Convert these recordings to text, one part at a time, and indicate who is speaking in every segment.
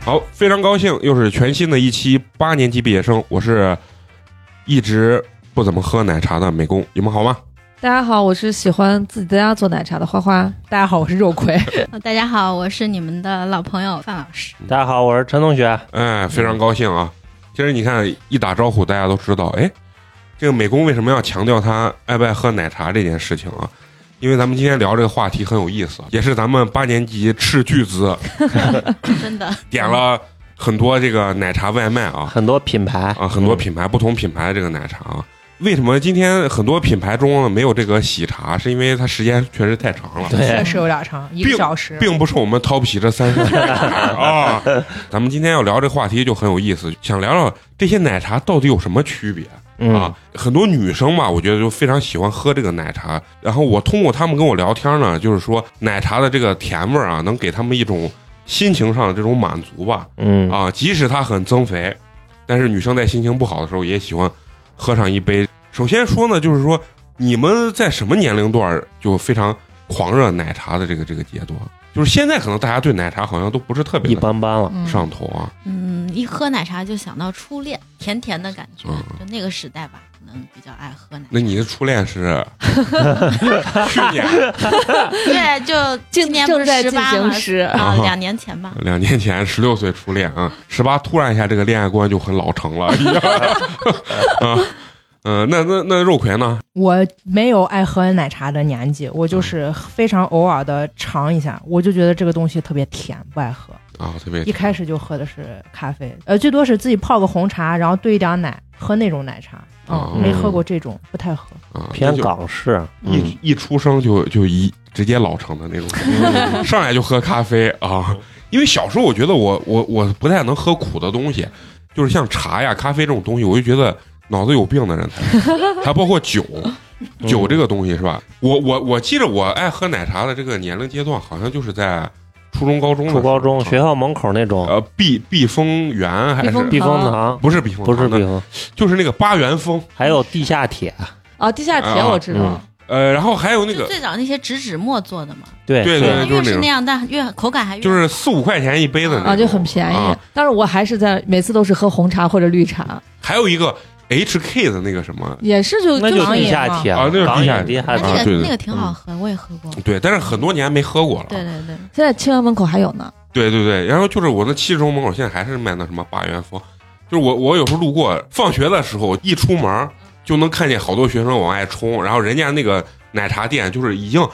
Speaker 1: 好，非常高兴，又是全新的一期八年级毕业生，我是一直不怎么喝奶茶的美工，你们好吗？
Speaker 2: 大家好，我是喜欢自己在家做奶茶的花花。
Speaker 3: 大家好，我是 肉葵。
Speaker 4: 呃大家好，我是你们的老朋友范老师。
Speaker 5: 嗯大家好，我是陈同学。
Speaker 1: 哎，非常高兴啊！其实你看，一打招呼，大家都知道，哎，这个美工为什么要强调他爱不爱喝奶茶这件事情啊？因为咱们今天聊这个话题很有意思，也是咱们八年级斥巨资
Speaker 4: 真的，
Speaker 1: 点了很多这个奶茶外卖啊，
Speaker 5: 很多品牌
Speaker 1: 啊，很多品牌、不同品牌的这个奶茶啊。为什么今天很多品牌中没有这个喜茶？是因为它时间确实太长了，
Speaker 5: 对
Speaker 3: 确实有点长，一个小时。
Speaker 1: 并不是我们掏不起这三十块啊。咱们今天要聊这话题就很有意思，想聊聊这些奶茶到底有什么区别。
Speaker 5: 嗯
Speaker 1: 啊，很多女生吧，我觉得就非常喜欢喝这个奶茶。然后我通过她们跟我聊天呢，就是说奶茶的这个甜味儿啊，能给她们一种心情上的这种满足吧。
Speaker 5: 嗯
Speaker 1: 啊，即使它很增肥，但是女生在心情不好的时候也喜欢喝上一杯。首先说呢，就是说你们在什么年龄段儿就非常狂热奶茶的这个这个阶段？就是现在可能大家对奶茶好像都不是特别
Speaker 5: 一
Speaker 1: 的
Speaker 5: 般般了。
Speaker 3: 嗯
Speaker 1: 上头啊，
Speaker 4: 嗯，一喝奶茶就想到初恋，甜甜的感觉，
Speaker 1: 嗯
Speaker 4: 就那个时代吧，可能比较爱喝奶。
Speaker 1: 那你的初恋是 去年
Speaker 4: 对，就今年不
Speaker 2: 正
Speaker 4: 是
Speaker 2: 在
Speaker 4: 十
Speaker 2: 进
Speaker 4: 八
Speaker 2: 行
Speaker 4: 吗？
Speaker 2: 时，
Speaker 4: 啊
Speaker 1: 啊，
Speaker 4: 两年前吧。
Speaker 1: 两年前十六岁初恋啊，十八突然一下这个恋爱观就很老成了，一样 啊，嗯、那那那肉葵呢？
Speaker 3: 我没有爱喝奶茶的年纪，我就是非常偶尔的尝一
Speaker 1: 嗯
Speaker 3: 下，我就觉得这个东西特别甜，不爱喝。
Speaker 1: 啊，特别
Speaker 3: 一开始就喝的是咖啡，呃，最多是自己泡个红茶，然后兑一点奶，喝那种奶茶。
Speaker 1: 哦
Speaker 3: 嗯，没喝过这种，不太喝。
Speaker 1: 啊，
Speaker 5: 偏港式，嗯
Speaker 1: 一一出生就就一直接老成的那 种，上来就喝咖啡啊。因为小时候我觉得我我我不太能喝苦的东西，就是像茶呀、咖啡这种东西，我就觉得脑子有病的人才，还包括酒，
Speaker 5: 嗯
Speaker 1: 酒这个东西是吧？我我我记着我爱喝奶茶的这个年龄阶段，好像就是在初中、高中的时候
Speaker 5: 初高中
Speaker 1: 啊
Speaker 5: 学校门口那种
Speaker 1: 呃避避风园还
Speaker 2: 避风
Speaker 1: 是
Speaker 5: 避风塘，
Speaker 1: 不是避风
Speaker 5: 不是
Speaker 1: 塘
Speaker 5: 避
Speaker 1: 的，
Speaker 5: 风，
Speaker 1: 啊就是那个八元风，
Speaker 5: 还有地下铁，
Speaker 2: 啊，地下铁
Speaker 1: 啊
Speaker 2: 我知道，
Speaker 5: 嗯
Speaker 1: 呃，然后还有那
Speaker 4: 就
Speaker 1: 个
Speaker 4: 最早那些植脂末做的嘛，
Speaker 5: 对
Speaker 1: 对
Speaker 5: 对
Speaker 1: 对
Speaker 4: 越
Speaker 1: 就是那
Speaker 4: 是
Speaker 1: 种
Speaker 4: 那样，但越口感还越
Speaker 1: 就是四五块钱一杯的那种
Speaker 2: 啊，就很便宜。
Speaker 1: 啊
Speaker 2: 但是我还是在每次都是喝红茶或者绿茶，
Speaker 1: 还有一个 HK 的那个什么，
Speaker 2: 也是就
Speaker 5: 那
Speaker 2: 就
Speaker 5: 就是
Speaker 2: 是
Speaker 5: 地下铁
Speaker 1: 啊那就是
Speaker 5: 港
Speaker 1: 地下
Speaker 5: 影地
Speaker 4: 哎
Speaker 5: 下
Speaker 1: 啊
Speaker 4: 那
Speaker 5: 铁，
Speaker 1: 对
Speaker 4: 个
Speaker 1: 对嗯
Speaker 4: 那个挺好喝，我也喝过。
Speaker 1: 对，但是很多年没喝过了。
Speaker 4: 对对对，
Speaker 2: 现在清源门口还有呢。
Speaker 1: 对对对然后就是我那七十中门口现在还是卖那什么八元风，就是我我有时候路过，放学的时候一出门就能看见好多学生往外冲，然后人家那个奶茶店就是已经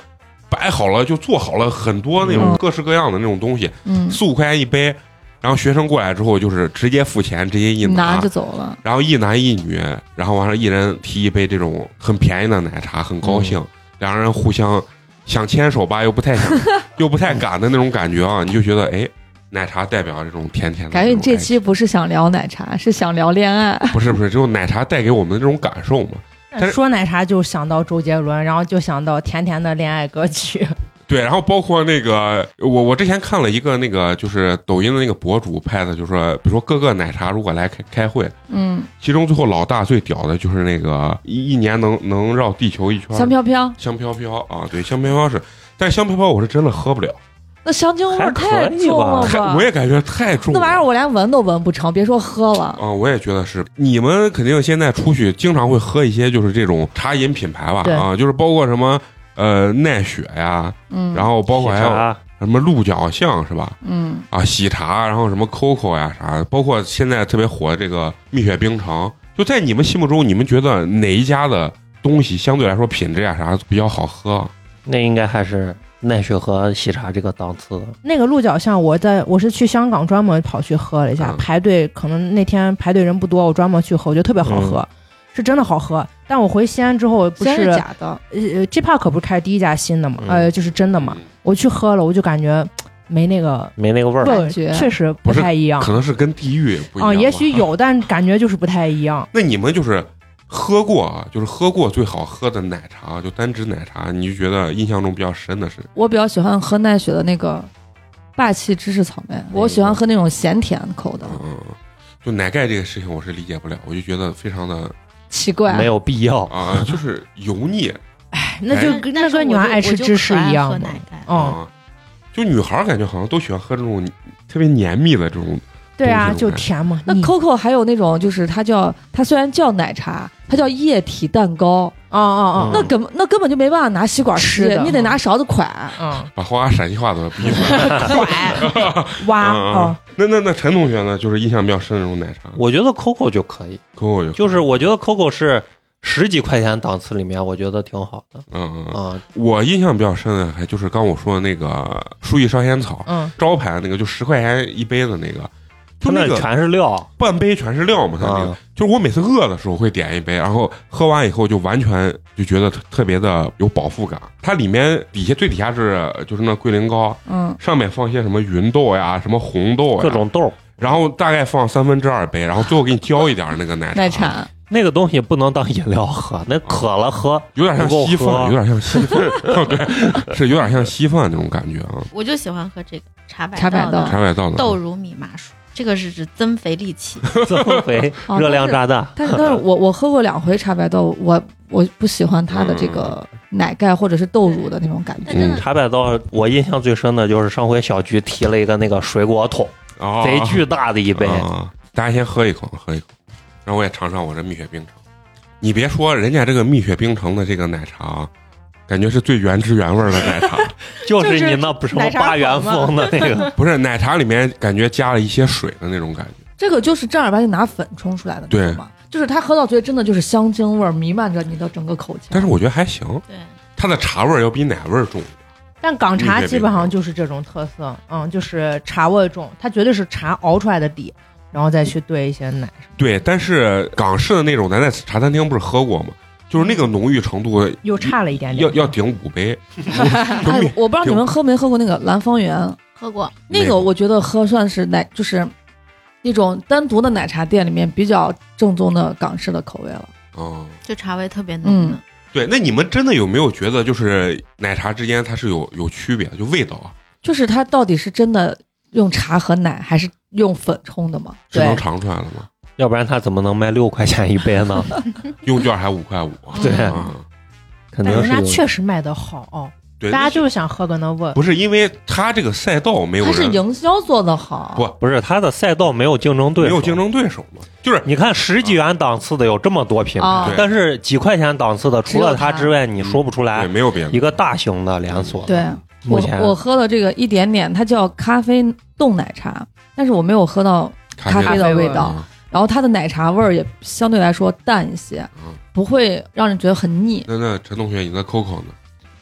Speaker 1: 摆好了，就做好了很多那种
Speaker 2: 嗯
Speaker 1: 各式各样的那种东西，
Speaker 2: 嗯，
Speaker 1: 四五块钱一杯。然后学生过来之后，就是直接付钱，直接一啊
Speaker 2: 拿就走了。
Speaker 1: 然后一男一女，然后完了，一人提一杯这种很便宜的奶茶，很高
Speaker 2: 嗯
Speaker 1: 兴，两个人互相想牵手吧，又不太 想，又不太敢的那种感觉啊，你就觉得哎，奶茶代表这种甜甜的
Speaker 2: 感觉
Speaker 1: 种
Speaker 2: 你这
Speaker 1: 情
Speaker 2: 期不是想聊奶茶，是想聊恋爱。
Speaker 1: 不是不是，只有奶茶带给我们的这种感受嘛。但是
Speaker 3: 说奶茶就想到周杰伦，然后就想到甜甜的恋爱歌曲。
Speaker 1: 对，然后包括那个，我我之前看了一个那个，就是抖音的那个博主拍的，就是说比如说各个奶茶如果来开开会，
Speaker 2: 嗯，
Speaker 1: 其中最后老大最屌的就是那个一一年能能绕地球一圈儿
Speaker 2: 香飘飘，
Speaker 1: 香飘飘啊，对，香飘飘是，但是香飘飘我是真的喝不了，
Speaker 2: 那香精味儿
Speaker 5: 还可
Speaker 2: 太
Speaker 5: 以
Speaker 2: 重
Speaker 5: 吧
Speaker 2: 了
Speaker 1: 太
Speaker 2: 哦吧
Speaker 1: 我？也感觉太重了。
Speaker 2: 那玩意儿我连闻都闻不成，别说喝了。
Speaker 1: 啊，我也觉得是。你们肯定现在出去经常会喝一些就是这种茶饮品牌吧？
Speaker 3: 对
Speaker 1: 啊，就是包括什么呃奈雪呀，
Speaker 2: 嗯，
Speaker 1: 然后包括还
Speaker 5: 喜
Speaker 1: 有
Speaker 5: 茶
Speaker 1: 什么鹿角巷是吧？
Speaker 2: 嗯，
Speaker 1: 啊，喜茶，然后什么 COCO 呀啥的，包括现在特别火的这个蜜雪冰城，就在你们心目中，你们觉得哪一家的东西相对来说品质呀啥比较好喝？
Speaker 5: 那应该还是奈雪和喜茶这个档次的。
Speaker 3: 那个鹿角巷，我在我是去香港专门跑去喝了一下，
Speaker 1: 嗯
Speaker 3: 排队可能那天排队人不多，我专门去喝，我觉得特别好喝，
Speaker 1: 嗯
Speaker 3: 是真的好喝。但我回西安之后，不
Speaker 2: 先
Speaker 3: 是
Speaker 2: 是假的，
Speaker 3: 呃 G Park 不是开第一家新的嘛，
Speaker 5: 嗯
Speaker 3: 呃，就是真的嘛，我去喝了，我就感觉没那个
Speaker 5: 没那个味儿，
Speaker 3: 味
Speaker 2: 感
Speaker 3: 儿，
Speaker 2: 觉
Speaker 3: 确实
Speaker 1: 不
Speaker 3: 不
Speaker 1: 是
Speaker 3: 太一样
Speaker 1: 可能是跟地域不一
Speaker 3: 啊、
Speaker 2: 哦
Speaker 1: 样吧。
Speaker 3: 也许有，但感觉就是不太一样。
Speaker 1: 那你们就是喝过啊，就是喝过最好喝的奶茶，就单指奶茶，你就觉得印象中比较深的是
Speaker 2: 我比较喜欢喝奈雪的那个霸气芝士草莓，我喜欢喝那种咸甜口的，
Speaker 1: 嗯，就奶盖这个事情我是理解不了，我就觉得非常的
Speaker 2: 奇怪。
Speaker 5: 没有必要。
Speaker 1: 啊、就是油腻啊
Speaker 3: 那就
Speaker 1: 哎
Speaker 3: 跟
Speaker 4: 但
Speaker 3: 那
Speaker 4: 是我
Speaker 3: 跟女孩
Speaker 4: 就
Speaker 3: 爱
Speaker 4: 我
Speaker 3: 吃
Speaker 4: 就
Speaker 3: 芝
Speaker 4: 可
Speaker 3: 士
Speaker 4: 爱
Speaker 3: 一样哦
Speaker 4: 喝
Speaker 3: 嘛
Speaker 4: 奶盖。
Speaker 1: 啊、
Speaker 3: 嗯，
Speaker 1: 就女孩儿感觉好像都喜欢喝这种特别绵密的这种，
Speaker 3: 对啊，
Speaker 1: 东西
Speaker 3: 就
Speaker 1: 我看
Speaker 3: 甜嘛。
Speaker 2: 那
Speaker 3: 腻
Speaker 2: Coco 还有那种，就是它叫它虽然叫奶茶，它叫液体蛋糕，
Speaker 3: 哦哦哦，
Speaker 2: 那根那根本就没办法拿吸管
Speaker 3: 吃
Speaker 2: 吃
Speaker 3: 的，
Speaker 2: 你得拿勺子㧟。
Speaker 3: 嗯，
Speaker 1: 把花陕西话都逼出来。
Speaker 3: 快挖
Speaker 1: 嗯
Speaker 3: 哦，
Speaker 1: 那那那陈同学呢？就是印象比较深的那种奶茶，
Speaker 5: 我觉得 COCO 就可以，
Speaker 1: 可我就
Speaker 5: 就是我觉得 COCO 是十几块钱档次里面，我觉得挺好的
Speaker 1: 嗯嗯，嗯
Speaker 5: 啊。
Speaker 1: 我印象比较深的还就是刚我说的那个树叶烧仙草
Speaker 3: 嗯
Speaker 1: 招牌的那个，就十块钱一杯的那个，就那
Speaker 5: 那
Speaker 1: 个
Speaker 5: 全是料
Speaker 1: 半杯全是料嘛，它那个
Speaker 5: 啊，
Speaker 1: 就是我每次饿的时候会点一杯，然后喝完以后就完全就觉得特特别的有饱腹感。它里面底下最底下是就是那龟苓膏，
Speaker 2: 嗯，
Speaker 1: 上面放一些什么芸豆呀、什么红豆呀，
Speaker 5: 各种豆儿。
Speaker 1: 然后大概放三分之二杯，然后最后给你浇一点儿那个奶茶，
Speaker 2: 奶茶
Speaker 5: 那个东西不能当饮料喝，
Speaker 1: 哦
Speaker 5: 那渴 了喝。
Speaker 1: 有点像
Speaker 5: 不够
Speaker 1: 稀饭，
Speaker 5: 喝
Speaker 1: 有点像稀饭， 对，是有点像稀饭那种感觉啊。
Speaker 4: 我就喜欢喝这个茶百
Speaker 2: 茶百
Speaker 4: 道
Speaker 2: 道
Speaker 1: 茶百道的
Speaker 4: 豆乳米麻薯，这个是指增肥利气。
Speaker 5: 增肥
Speaker 2: 哦
Speaker 5: 热量炸弹，
Speaker 2: 但是但是我我喝过两回茶白豆，我我不喜欢它的这个奶盖或者是豆乳的那种感觉。
Speaker 4: 但真
Speaker 1: 嗯
Speaker 4: 的
Speaker 5: 茶百道，我印象最深的就是上回小菊提了一个那个水果桶，
Speaker 1: 哦
Speaker 5: 贼巨大的一杯，
Speaker 1: 啊大家先喝一口，喝一口，让我也尝尝我这蜜雪冰城。你别说，人家这个蜜雪冰城的这个奶茶啊，感觉是最原汁原味儿的奶 茶，
Speaker 5: 就是你那不什么八 元风的 那个，
Speaker 1: 不是奶茶里面感觉加了一些水的那种感觉。
Speaker 2: 这个就是正儿八经拿粉冲出来的那
Speaker 1: 对
Speaker 2: 种嘛，就是它喝到嘴里真的就是香精味儿弥漫着你的整个口腔。
Speaker 1: 但是我觉得还行，
Speaker 4: 对，
Speaker 1: 它的茶味儿要比奶味儿重。
Speaker 3: 但港茶基本上就是这种特色，嗯，就是茶味重，它绝对是茶熬出来的底，然后再去兑一些奶。
Speaker 1: 对，但是港式的那种，咱在茶餐厅不是喝过吗？就是那个浓郁程度
Speaker 3: 又差了一点点。
Speaker 1: 要要顶五 杯，就
Speaker 2: 哎
Speaker 1: 蜜，
Speaker 2: 我不知道你们喝没喝过那个兰芳园，
Speaker 4: 喝过，
Speaker 2: 那
Speaker 1: 那个
Speaker 2: 个我觉得喝算是奶，就是那种单独的奶茶店里面比较正宗的港式的口味了。
Speaker 1: 哦，
Speaker 4: 就茶味特别浓的。
Speaker 2: 嗯
Speaker 1: 对，那你们真的有没有觉得，就是奶茶之间它是有有区别的，就味道啊，
Speaker 2: 就是它到底是真的用茶和奶，还是用粉冲的吗？
Speaker 1: 是能
Speaker 3: 对
Speaker 1: 尝出来的吗？
Speaker 5: 要不然他怎么能卖六块钱一 杯呢？
Speaker 1: 用券还五块五，
Speaker 5: 对
Speaker 1: 啊，
Speaker 5: 肯
Speaker 3: 但人
Speaker 5: 定是
Speaker 3: 家
Speaker 5: 有。
Speaker 3: 确实卖的好、哦
Speaker 1: 对，
Speaker 3: 大
Speaker 1: 那
Speaker 3: 家
Speaker 1: 是
Speaker 3: 就是想喝个那味儿。
Speaker 1: 不是因为它这个赛道没有
Speaker 2: 它是
Speaker 1: 人
Speaker 2: 营销做的好，
Speaker 1: 不
Speaker 5: 不是他的赛道没有竞争对
Speaker 1: 没
Speaker 5: 手，
Speaker 1: 有竞。争对手哦嘛，就是
Speaker 5: 你看十几元档次的有这么多品牌，
Speaker 2: 啊
Speaker 1: 对
Speaker 5: 但是几块钱档次的除了它之外，你说不出
Speaker 1: 对
Speaker 5: 来
Speaker 1: 没有别的
Speaker 5: 一个大型的连锁。
Speaker 2: 对
Speaker 5: 目
Speaker 2: 我
Speaker 5: 前
Speaker 2: 我喝了这个一点点，它叫咖啡冻奶茶，但是我没有喝到，
Speaker 1: 咖
Speaker 2: 咖啡
Speaker 1: 的
Speaker 2: 的
Speaker 1: 味
Speaker 2: 味道然后它的奶茶味儿也相对来说淡一些
Speaker 1: 嗯，
Speaker 2: 不会让人觉得很腻，
Speaker 1: 那那陈同学，你的 Coco 呢？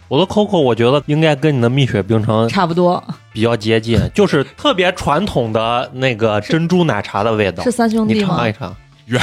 Speaker 5: 我的 COCO 我觉得应该跟你的蜜雪冰城
Speaker 2: 差不多
Speaker 5: 比较接 近，就是特别传统的那个珍珠奶茶的味道
Speaker 2: 是。三兄
Speaker 5: 你
Speaker 2: 弟吗
Speaker 5: 尝一？尝，
Speaker 1: 远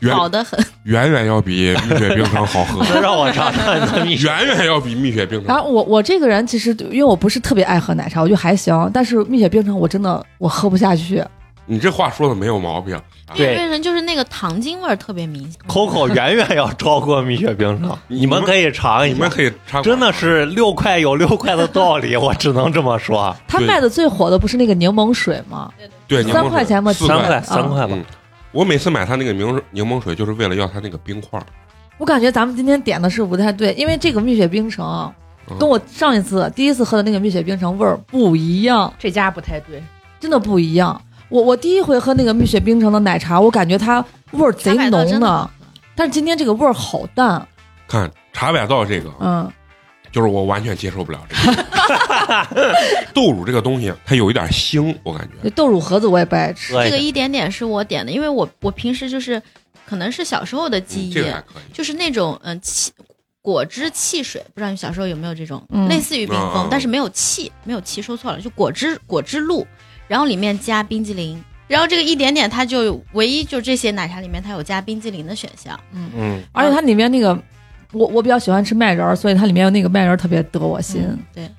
Speaker 1: 远
Speaker 4: 好的很，
Speaker 1: 远远要比蜜雪冰城好喝，
Speaker 5: 能让我尝尝 你的蜜雪？
Speaker 1: 远远要比蜜雪冰
Speaker 2: 然
Speaker 1: 城。
Speaker 2: 后我我这个人其实因为我不是特别爱喝奶茶，我就还行，但是蜜雪冰城我真的我喝不下去，
Speaker 1: 你这话说的没有毛病，
Speaker 4: 蜜雪
Speaker 5: 对
Speaker 4: 冰城就是那个糖精味儿特别明显。
Speaker 5: COCO 远远要超过蜜雪冰城，
Speaker 1: 你
Speaker 5: 你
Speaker 1: 们
Speaker 5: 们可以尝一
Speaker 1: 你
Speaker 5: 下，
Speaker 1: 们可以插
Speaker 5: 真的是六块有六块的道 理，我只能这么说。
Speaker 2: 它
Speaker 1: 对
Speaker 2: 卖的最火的不是那个柠檬水吗？
Speaker 1: 对柠檬
Speaker 2: 三
Speaker 1: 水
Speaker 2: 块钱吧
Speaker 1: 四
Speaker 5: 三
Speaker 1: 块
Speaker 5: 块，三块吧
Speaker 1: 嗯，我每次买他那个柠檬柠檬水，就是为了要他那个冰块儿。
Speaker 2: 我感觉咱们今天点的是不太对，因为这个蜜雪冰城啊
Speaker 1: 嗯
Speaker 2: 跟我上一次第一次喝的那个蜜雪冰城味儿不一样，
Speaker 3: 这家不太对，
Speaker 2: 真的不一样。我我第一回喝那个蜜雪冰城的奶茶，我感觉它味儿贼
Speaker 4: 茶百道
Speaker 2: 浓
Speaker 4: 真的好
Speaker 2: 呢，
Speaker 4: 喝
Speaker 2: 但是今天这个味儿好淡，
Speaker 1: 看茶百道这个，啊
Speaker 2: 嗯，
Speaker 1: 就是我完全接受不了这个豆乳这个东西，它有一点腥，我感觉。
Speaker 2: 那豆乳盒子我也不爱吃，
Speaker 5: 喝
Speaker 4: 这
Speaker 5: 一
Speaker 4: 个
Speaker 5: 下。
Speaker 4: 一点点是我点的，因为我我平时就是可能是小时候的记
Speaker 1: 嗯
Speaker 4: 忆，
Speaker 1: 这个还可以，
Speaker 4: 就是那种嗯汽果汁汽水，不知道你小时候有没有这种、
Speaker 2: 嗯
Speaker 4: 类似于冰
Speaker 1: 啊
Speaker 4: 峰，但是没有汽，没有汽，说错了，就果汁果汁露，然后里面加冰激凌，然后这个一点点它就唯一就这些奶茶里面它有加冰激凌的选项，
Speaker 5: 嗯，
Speaker 2: 而且它里面那个我我比较喜欢吃麦仁儿，所以它里面有那个麦仁儿特别得我心，
Speaker 4: 嗯对，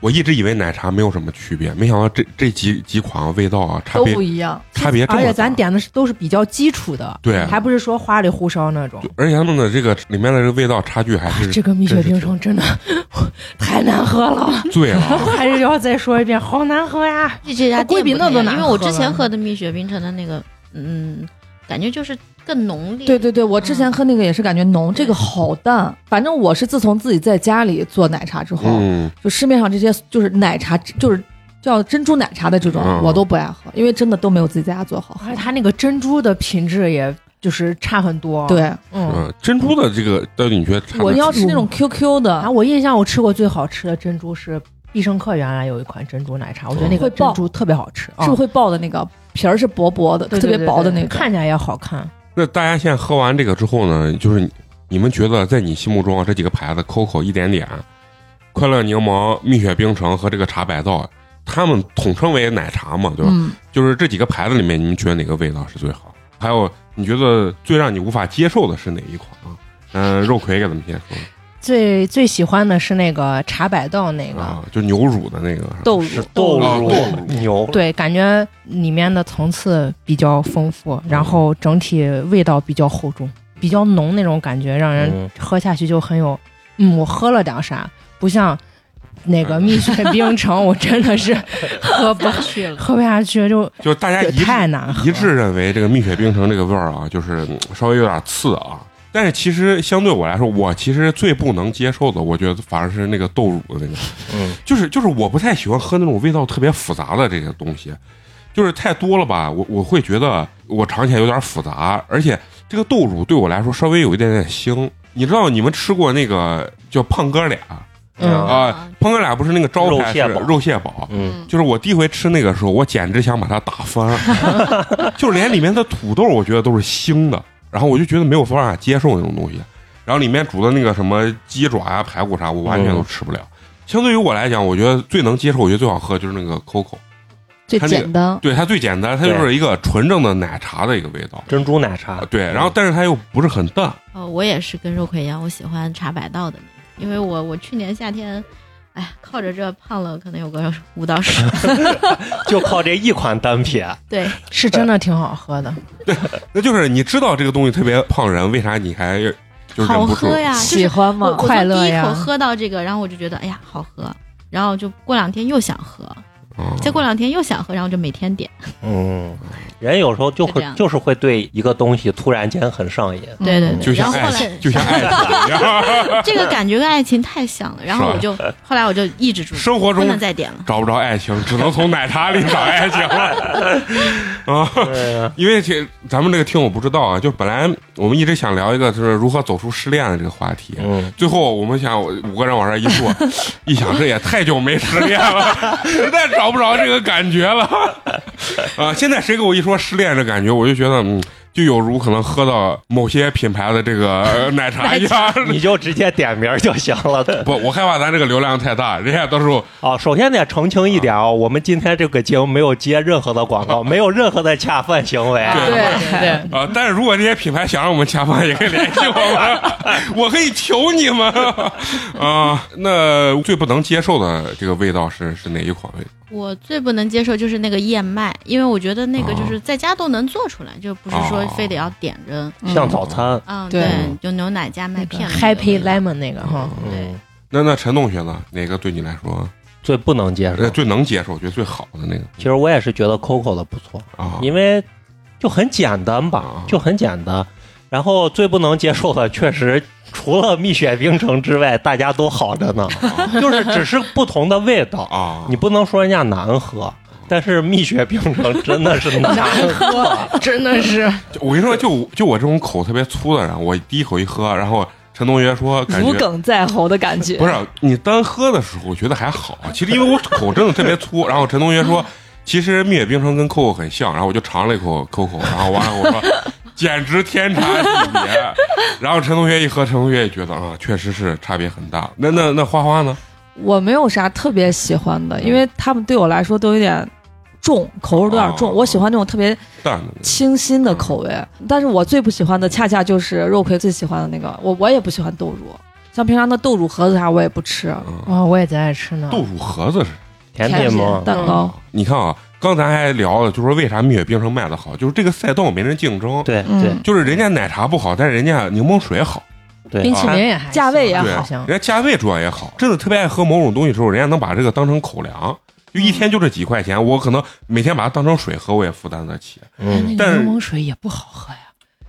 Speaker 1: 我一直以为奶茶没有什么区别，没想到这这几几款啊味道啊差
Speaker 2: 都
Speaker 1: 别
Speaker 2: 不一样。
Speaker 1: 差别这
Speaker 3: 而
Speaker 1: 么大。
Speaker 3: 且咱点的是都是比较基础的，
Speaker 1: 对啊
Speaker 3: 还不是说花里胡哨那种
Speaker 1: 就。而且他们的这个里面的这个味道差距还
Speaker 3: 啊
Speaker 1: 是
Speaker 3: 这个蜜雪冰城真的 太难喝了，
Speaker 1: 醉了。
Speaker 3: 还是要再说一遍，好难喝呀！
Speaker 4: 这这家
Speaker 3: 贵
Speaker 4: 店
Speaker 3: 比
Speaker 4: 不
Speaker 3: 那
Speaker 4: 太一
Speaker 3: 都
Speaker 4: 样
Speaker 3: 难
Speaker 4: 因为我
Speaker 3: 喝
Speaker 4: 之前
Speaker 3: 了
Speaker 4: 喝的蜜雪冰城的那个，嗯，感觉就是更浓烈。
Speaker 2: 对对对，我之前喝那个也是感觉浓，
Speaker 1: 嗯
Speaker 2: 这个好淡。反正我是自从自己在家里做奶茶之后，
Speaker 1: 嗯，
Speaker 2: 就市面上这些就是奶茶，就是叫珍珠奶茶的这种
Speaker 1: 嗯，
Speaker 2: 我都不爱喝，因为真的都没有自己家做好喝
Speaker 3: 而且。它那个珍珠的品质也就是差很多。，
Speaker 2: 对，
Speaker 3: 嗯，
Speaker 1: 嗯，珍珠的这个到底你觉得差在
Speaker 2: 我要吃那种 QQ
Speaker 3: 啊，
Speaker 2: 的，
Speaker 3: 我印象我吃过最好吃的珍珠是必胜客原来有一款珍珠奶茶，我觉得那个
Speaker 2: 会爆
Speaker 3: 珍珠特别好吃，
Speaker 2: 是
Speaker 3: 啊
Speaker 2: 会爆的那个皮儿是薄薄的，
Speaker 3: 对
Speaker 2: 特别薄的那
Speaker 3: 对
Speaker 2: 种。
Speaker 3: 对对看起来也好看。
Speaker 1: 那大家现在喝完这个之后呢，就是你你们觉得在你心目中啊，这几个牌子 COCO 一点点、快乐柠檬、蜜雪冰城和这个茶百道，他们统称为奶茶嘛，对吧？
Speaker 2: 嗯，
Speaker 1: 就是这几个牌子里面，你们觉得哪个味道是最好？还有你觉得最让你无法接受的是哪一款啊？嗯、肉葵给咱们先说
Speaker 3: 最最喜欢的是那个茶百道那个，
Speaker 1: 啊，就牛乳的那个是吧
Speaker 2: 豆乳
Speaker 5: 是豆乳
Speaker 1: 豆乳
Speaker 5: 牛，
Speaker 3: 对，感觉里面的层次比较丰富，
Speaker 2: 嗯
Speaker 3: 然后整体味道比较厚重，比较浓那种感觉，让人
Speaker 5: 嗯
Speaker 3: 喝下去就很有，嗯，我喝了点啥，不像
Speaker 2: 嗯
Speaker 3: 那个蜜雪冰城，我真 的是喝不
Speaker 4: 去了。
Speaker 3: 喝不下去，就
Speaker 1: 就大家一致
Speaker 3: 太难喝了
Speaker 1: 一致认为这个蜜雪冰城这个味儿啊，就是嗯稍微有点刺啊。但是其实相对我来说，我其实最不能接受的，我觉得反而是那个豆乳的那个，
Speaker 5: 嗯，
Speaker 1: 就是就是我不太喜欢喝那种味道特别复杂的这个东西，就是太多了吧，我我会觉得我尝起来有点复杂，而且这个豆乳对我来说稍微有一点点腥。你知道你们吃过那个叫胖哥俩啊、
Speaker 3: 嗯
Speaker 5: 嗯
Speaker 1: 胖哥俩不是那个招牌是
Speaker 5: 肉蟹堡
Speaker 1: 肉蟹堡，
Speaker 5: 嗯，
Speaker 1: 就是我第一回吃那个时候，我简直想把它打翻，就是连里面的土豆，我觉得都是腥的，然后我就觉得没有办法接受那种东西。然后里面煮的那个什么鸡爪呀、排骨啥，我完全都吃不了。相对于我来讲，我觉得最能接受，我觉得最好喝就是那个 COCO，
Speaker 2: 最
Speaker 1: 它那个
Speaker 2: 简单，
Speaker 1: 对它最简单，它就是一个纯正的奶茶的一个味道。
Speaker 5: 珍珠奶茶，
Speaker 1: 对，然后但是它又不是很淡，
Speaker 4: 哦，我也是跟肉葵一样，我喜欢茶百道的那个，因为我我去年夏天，哎，靠着这胖了可能有个五到十，
Speaker 5: 就靠这一款单品，
Speaker 4: 对，
Speaker 3: 是真的挺好喝的，
Speaker 1: 那就是你知道这个东西特别胖人，为啥你还就是忍
Speaker 4: 好
Speaker 1: 不住
Speaker 4: 喝？呀，啊就是
Speaker 2: 喜欢
Speaker 4: 我
Speaker 2: 吗
Speaker 4: 我？从
Speaker 3: 快乐
Speaker 4: 第一
Speaker 3: 呀
Speaker 4: 口喝到这个，然后我就觉得哎呀好喝，然后就过两天又想喝，
Speaker 1: 嗯
Speaker 4: 再过两天又想喝，然后就每天点。
Speaker 5: 嗯，人有时候就会
Speaker 4: 是这样
Speaker 5: 就是会对一个东西突然间很上瘾，
Speaker 4: 对对
Speaker 3: 嗯
Speaker 4: 对，
Speaker 1: 就像
Speaker 4: 然后后
Speaker 1: 爱
Speaker 4: 来
Speaker 1: 情，就像爱情一样，
Speaker 4: 这个感觉跟爱情太像了，然后我就后来我就抑制住，
Speaker 1: 生活
Speaker 4: 不
Speaker 1: 中
Speaker 4: 能再点了。
Speaker 1: 找不着爱情，只能从奶茶里找爱情了 啊！
Speaker 5: 对呀，
Speaker 1: 因为这咱们这个听友不知道啊，就本来我们一直想聊一个就是如何走出失恋的这个话题，
Speaker 5: 嗯，
Speaker 1: 最后我们想五个人往上一 坐，一想这也太久没失恋 了，实在找不着这个感觉了啊！现在谁给我一说失恋这感觉，我就觉得嗯，就有如可能喝到某些品牌的这个呃奶茶一样。
Speaker 5: 你就直接点名儿就行了。
Speaker 1: 不，我害怕咱这个流量太大，人家到时候
Speaker 5: 哦，首先得澄清一点
Speaker 1: 啊
Speaker 5: 哦，我们今天这个节目没有接任何的 广告，没有任何的恰饭行为。
Speaker 1: 对
Speaker 3: 对对，
Speaker 1: 啊！但是如果这些品牌想让我们加班，也可以联系我 们，我可以求你 们啊。那最不能接受的这个味道是是哪一款味？
Speaker 4: 我最不能接受就是那个燕麦，因为我觉得那个
Speaker 1: 哦
Speaker 4: 就是在家都能做出来，就不是说非得要点着。
Speaker 2: 嗯
Speaker 5: 像早餐，
Speaker 4: 嗯，
Speaker 2: 对
Speaker 4: 对，就牛奶加
Speaker 3: 那
Speaker 4: 麦
Speaker 3: 个
Speaker 4: 片嘛。
Speaker 3: Happy
Speaker 4: 对
Speaker 3: Lemon 那个哈，
Speaker 5: 嗯，
Speaker 1: 那那陈同学呢？哪个对你来说
Speaker 5: 最不能接受
Speaker 1: 呃。最能接受？觉得最好的那个
Speaker 5: 其实我也是觉得 Coco 的不错，
Speaker 1: 啊？
Speaker 5: 因为就很简单吧
Speaker 1: 啊，
Speaker 5: 就很简单。然后最不能接受的，确实除了蜜雪冰城之外，大家都好着呢，就是只是不同的味道。
Speaker 1: 啊，
Speaker 5: 你不能说人家难喝，但是蜜雪冰城真的 是难喝。
Speaker 3: 真的是
Speaker 1: 就我跟你说，就就我这种口特别粗的人，我第一口一喝，然后陈同学说感
Speaker 2: 如
Speaker 1: 觉。
Speaker 2: 鲠在喉的感觉
Speaker 1: 不，是你单喝的时候，我觉得还好。其实因为我口真的特别粗，然后陈同学说，其实蜜雪冰城跟 COCO 很像，然后我就尝了一口 COCO，然后完了我说，简直天差地别。然后陈同学一喝，陈同学也觉得啊，确实是差别很大。那那那花花呢？
Speaker 2: 我没有啥特别喜欢的，因为他们对我来说都有点重，口味都有点重。
Speaker 1: 哦
Speaker 2: 我喜欢那种特别
Speaker 1: 淡的
Speaker 2: 清新的口味，但是我最不喜欢的恰恰就是肉葵最喜欢的那个，我我也不喜欢豆乳，像平常的豆乳盒子啥我也不吃，
Speaker 1: 啊，
Speaker 3: 哦，我也贼爱吃呢。
Speaker 1: 豆乳盒子是
Speaker 5: 甜品吗？
Speaker 2: 蛋糕。
Speaker 1: 你看啊，刚才还聊了，就说为啥蜜雪冰城卖的好，就是这个赛道没人竞争，
Speaker 5: 对
Speaker 2: 嗯
Speaker 5: 对，
Speaker 1: 就是人家奶茶不好，但是人家柠檬水好，
Speaker 5: 对
Speaker 3: 冰淇淋也还行啊
Speaker 2: 价位也
Speaker 1: 啊对
Speaker 3: 好，
Speaker 1: 人
Speaker 3: 像
Speaker 1: 家价位主要也好。真的特别爱喝某种东西的时候，人家能把这个当成口粮，就一天就这几块钱，我可能每天把它当成水喝，我也负担得起，
Speaker 5: 嗯，
Speaker 1: 但是
Speaker 3: 柠檬水也不好喝呀。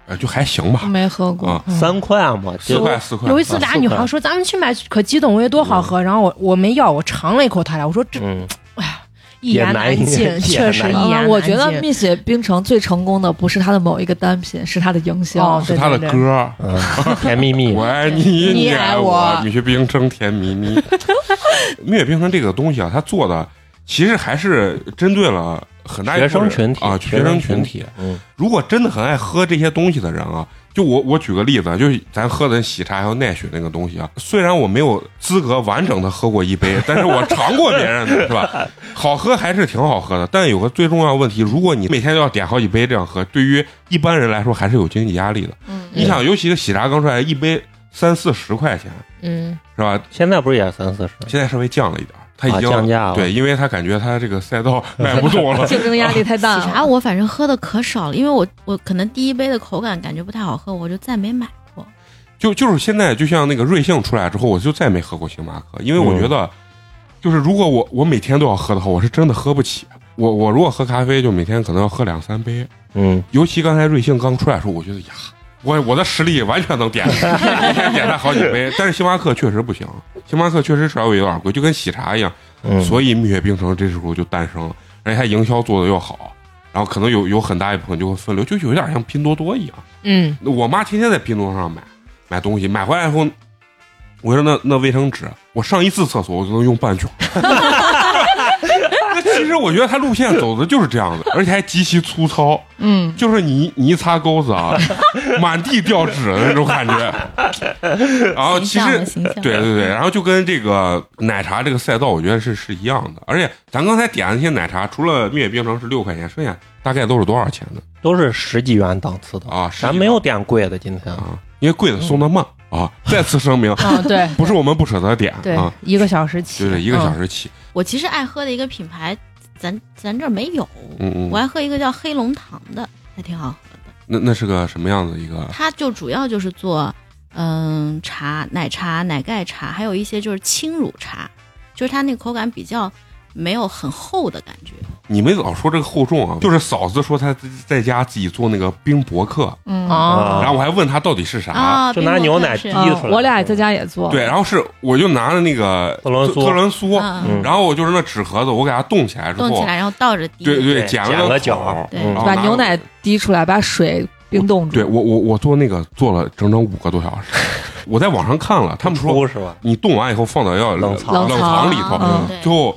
Speaker 1: 呃，就还行吧，
Speaker 2: 没喝过，
Speaker 1: 啊，
Speaker 5: 三块嘛，
Speaker 1: 四
Speaker 5: 就
Speaker 1: 块四块。
Speaker 3: 嗯有一次，
Speaker 5: 啊
Speaker 3: 俩
Speaker 5: 四
Speaker 3: 女
Speaker 5: 块
Speaker 3: 孩说：“
Speaker 1: 嗯
Speaker 3: 咱们去买可激动味，多好喝。”然后我我没要，我尝了一口，他俩我说：“这
Speaker 5: 嗯，
Speaker 3: 一言
Speaker 5: 难以
Speaker 3: 尽，
Speaker 5: 也
Speaker 3: 确实
Speaker 5: 难
Speaker 3: 一言
Speaker 5: 以
Speaker 3: 难
Speaker 2: 啊，
Speaker 3: 尽。
Speaker 2: 我觉得蜜雪冰城最成功的不是它的某一个单品，是它的营销。。
Speaker 3: 哦
Speaker 1: 是他的
Speaker 3: 对对对
Speaker 1: 歌儿，
Speaker 5: 嗯，甜蜜蜜
Speaker 1: 我，爱你，
Speaker 3: 你
Speaker 1: 爱
Speaker 3: 爱我
Speaker 1: 蜜雪冰城甜蜜蜜。 蜜雪冰城这个东西啊，它做的其实还是针对了很大一
Speaker 5: 学
Speaker 1: 部分
Speaker 5: 生
Speaker 1: 人
Speaker 5: 群体
Speaker 1: 啊，学生群体。，
Speaker 5: 嗯，
Speaker 1: 如果真的很爱喝这些东西的人啊，就我我举个例子啊，就是咱喝的喜茶还有奈雪那个东西啊，虽然我没有资格完整的喝过一杯， 但是我尝过别人 的，是吧？好喝还是挺好喝的，但有个最重要的问题，如果你每天都要点好几杯这样喝，对于一般人来说还是有经济压力的。
Speaker 4: 嗯，
Speaker 1: 你想，尤其是喜茶刚出来，一杯三四十块钱，
Speaker 3: 嗯，
Speaker 1: 是吧？
Speaker 5: 现在不是也三四十？
Speaker 1: 现在稍微降了一点儿，它已
Speaker 5: 啊
Speaker 1: 经、
Speaker 5: 降价了
Speaker 1: 对，因为它感觉它这个赛 道卖不动了
Speaker 2: 竞争压力太大
Speaker 4: 喜茶
Speaker 2: 了。
Speaker 4: 我反正喝的可少了，因为我我可能第一杯的口感感觉不太好喝，我就再没买过。
Speaker 1: 就就是现在，就像那个瑞幸出来之后，我就再没喝过星巴克，因为
Speaker 5: 嗯
Speaker 1: 我觉得，就是如果我我每天都要喝的话，我是真的喝不起。我我如果喝咖啡，就每天可能要喝两三杯。
Speaker 5: 嗯，
Speaker 1: 尤其刚才瑞幸刚出来的时候，我觉得呀，我我的实力完全能点，一天点它好几杯。但是星巴克确实不行，星巴克确实稍微有点贵，就跟喜茶一样。
Speaker 5: 嗯
Speaker 1: 所以蜜雪冰城这时候就诞生了，而且它营销做的又好，然后可能有有很大一部分就会分流，就有点像拼多多一样。
Speaker 3: 嗯，
Speaker 1: 我妈天天在拼多多上买买东西，买回来以后，我说那那卫生纸，我上一次厕所我就能用半卷。 那其实我觉得它路线走的就是这样的，而且还极其粗糙，
Speaker 2: 嗯，
Speaker 1: 就是你你一擦钩子啊， 满地掉纸的那种感 觉。然后哦其
Speaker 4: 形象
Speaker 1: 实
Speaker 4: 的形象，
Speaker 1: 对对对，然后就跟这个奶茶这个赛道，我觉得是是一样的。而且咱刚才点的那些奶茶，除了蜜雪冰城是六块钱，剩下大概都是多少钱的
Speaker 5: 都是十几元档次的，
Speaker 1: 啊？
Speaker 5: 咱没有点贵的，今天
Speaker 1: 啊，因为贵的送的慢啊。再次声明，
Speaker 3: 嗯，对
Speaker 1: 不是我们不舍得点
Speaker 3: 对
Speaker 1: 啊，，
Speaker 3: 一个小时起，
Speaker 1: 就是一个小
Speaker 3: 嗯，
Speaker 1: 时起。
Speaker 4: 我其实爱喝的一个品牌，咱咱这儿没有，
Speaker 1: 嗯
Speaker 4: 我
Speaker 1: 嗯，
Speaker 4: 爱喝一个叫黑龙堂的，还挺好喝的。
Speaker 1: 那那是个什么样的一个？
Speaker 4: 它就主要就是做嗯茶、奶茶、奶盖茶，还有一些就是轻乳茶，就是它那个口感比较没有很厚的感觉。
Speaker 1: 你们老说这个厚重啊，就是嫂子说她自己在家自己做那个冰博客，
Speaker 2: 嗯
Speaker 3: 哦，
Speaker 1: 然后我还问她到底是啥。
Speaker 4: 啊，
Speaker 5: 就拿
Speaker 4: 冰
Speaker 5: 牛
Speaker 4: 博客
Speaker 5: 奶
Speaker 4: 是
Speaker 5: 滴
Speaker 2: 啊
Speaker 5: 出来
Speaker 2: 我俩也在家也做。
Speaker 1: 对，然后是我就拿着那个
Speaker 5: 特仑苏
Speaker 1: 特仑苏，
Speaker 4: 嗯
Speaker 5: 嗯
Speaker 1: 然后我就是那纸盒子，我给它冻起来之后，
Speaker 4: 冻起来，然后倒着滴。
Speaker 1: 对对，
Speaker 5: 对
Speaker 1: 剪
Speaker 5: 剪
Speaker 1: 了
Speaker 5: 了
Speaker 1: 角
Speaker 5: 角
Speaker 1: 儿，
Speaker 4: 对
Speaker 1: 然后
Speaker 2: 把
Speaker 1: 拿
Speaker 2: 牛
Speaker 1: 过
Speaker 2: 奶
Speaker 1: 去。
Speaker 2: 滴出来，把水冰冻住。
Speaker 1: 对我我我做那个做了整整五个多 小时，我在网上看了，他们说
Speaker 5: 出是吧？
Speaker 1: 你冻完以后放到要
Speaker 5: 冷藏
Speaker 1: 冷
Speaker 2: 冷
Speaker 1: 藏
Speaker 2: 藏
Speaker 1: 里头，
Speaker 2: 嗯
Speaker 4: 啊对
Speaker 1: 最后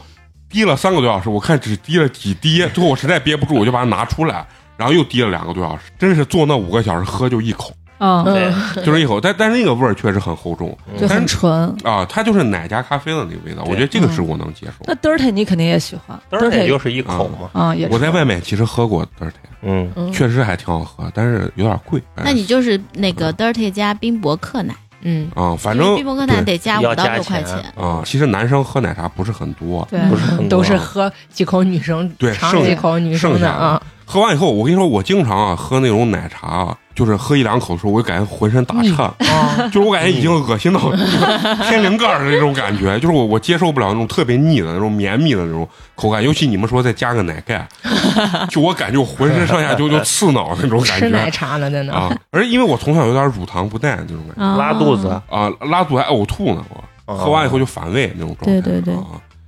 Speaker 1: 滴了三个多小时，我看只滴了几 滴，最后我实在憋不住，我就把它拿出来，然后又滴了两个多小时，真是做那五个小时喝就一口，
Speaker 2: 嗯，
Speaker 5: 对，嗯
Speaker 1: 就是一口，但但是那个味儿确实很厚重
Speaker 2: 就
Speaker 1: 但
Speaker 2: 很
Speaker 1: 是
Speaker 2: 纯。
Speaker 1: 啊，它就是奶加咖啡的那个味道，我觉得这个是我能接受
Speaker 2: 那。dirty
Speaker 4: 嗯
Speaker 2: 你肯定也喜欢
Speaker 5: 当然也
Speaker 2: ，dirty
Speaker 5: 就是一口嘛，
Speaker 2: 啊也
Speaker 1: 我在外面其实喝过德尔泰，
Speaker 5: 嗯，
Speaker 3: 嗯
Speaker 1: 确实还挺好喝，但是有点贵。哎
Speaker 4: 那你就是那个 dirty 加冰博克奶，
Speaker 3: 嗯，
Speaker 1: 啊，嗯反
Speaker 4: 因为
Speaker 1: 正
Speaker 4: 冰博克奶
Speaker 1: 对
Speaker 4: 得加
Speaker 5: 要
Speaker 4: 五到
Speaker 5: 加
Speaker 4: 六块
Speaker 5: 钱
Speaker 4: 钱。
Speaker 1: 啊，其实男生喝奶茶不是很多，啊
Speaker 2: 对，
Speaker 5: 不是很多
Speaker 3: 都是喝几口女生，
Speaker 1: 对
Speaker 3: 尝
Speaker 1: 剩
Speaker 3: 几口女生
Speaker 1: 剩下
Speaker 3: 的啊，
Speaker 1: 喝完以后，我跟你说，我经常啊喝那种奶茶啊，就是喝一两口的时候，我就感觉浑身打颤，
Speaker 5: 啊，
Speaker 1: 就是我感觉已经恶心到 天灵盖儿的那种感觉，就是我我接受不了那种特别腻的那种绵密的那种口感，尤其你们说再加个奶盖， 就我感觉我浑身上下就就刺挠那种感
Speaker 3: 吃奶
Speaker 1: 觉
Speaker 3: 茶呢，在那
Speaker 1: 啊，而因为我从小有点乳糖不耐那种感觉
Speaker 2: 啊
Speaker 5: 拉肚子，啊
Speaker 1: 啊，拉肚子还呕吐呢，我
Speaker 5: 哦
Speaker 1: 喝完以后就反胃那种状态，
Speaker 4: 对对对
Speaker 1: 啊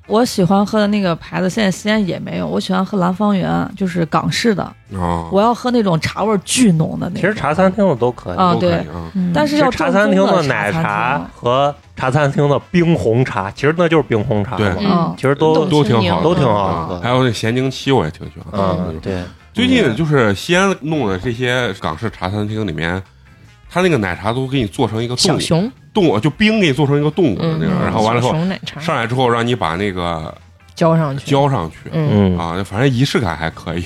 Speaker 2: 我喜欢喝的那个牌子，现在西安也没有。我喜欢喝兰芳园，就是港式的。
Speaker 1: 啊，
Speaker 2: 我要喝那种茶味儿巨浓的那
Speaker 5: 嗯其
Speaker 2: 种。
Speaker 5: 实茶餐厅的都可以。
Speaker 2: 啊
Speaker 1: 都可以
Speaker 2: 对
Speaker 1: 啊，
Speaker 4: 嗯
Speaker 2: 但是要
Speaker 5: 茶
Speaker 2: 正
Speaker 5: 餐厅
Speaker 2: 宗
Speaker 5: 的
Speaker 2: 的
Speaker 5: 奶
Speaker 2: 茶餐
Speaker 5: 茶
Speaker 2: 厅啊
Speaker 5: 和茶餐厅的冰红茶，其实那就是冰红茶
Speaker 1: 对
Speaker 5: 嘛，
Speaker 4: 哦
Speaker 2: 嗯
Speaker 5: 其实都
Speaker 1: 都挺好的
Speaker 5: 都挺好
Speaker 1: 啊
Speaker 5: 喝，
Speaker 1: 还有那咸柠七我也挺喜欢喝的
Speaker 5: 嗯，。对，
Speaker 1: 最近就是西安弄的这些港式茶餐厅里面，他那个奶茶都给你做成一个动
Speaker 3: 小
Speaker 1: 物
Speaker 3: 熊，
Speaker 1: 动物，就冰给你做成一个动物的
Speaker 3: 嗯
Speaker 1: 那个，，然后完了以
Speaker 3: 小
Speaker 1: 后
Speaker 3: 熊奶茶
Speaker 1: 上来之后让你把那个
Speaker 3: 浇上去，
Speaker 1: 浇上去
Speaker 3: 嗯，
Speaker 5: 嗯，
Speaker 1: 啊，反正仪式感还可以。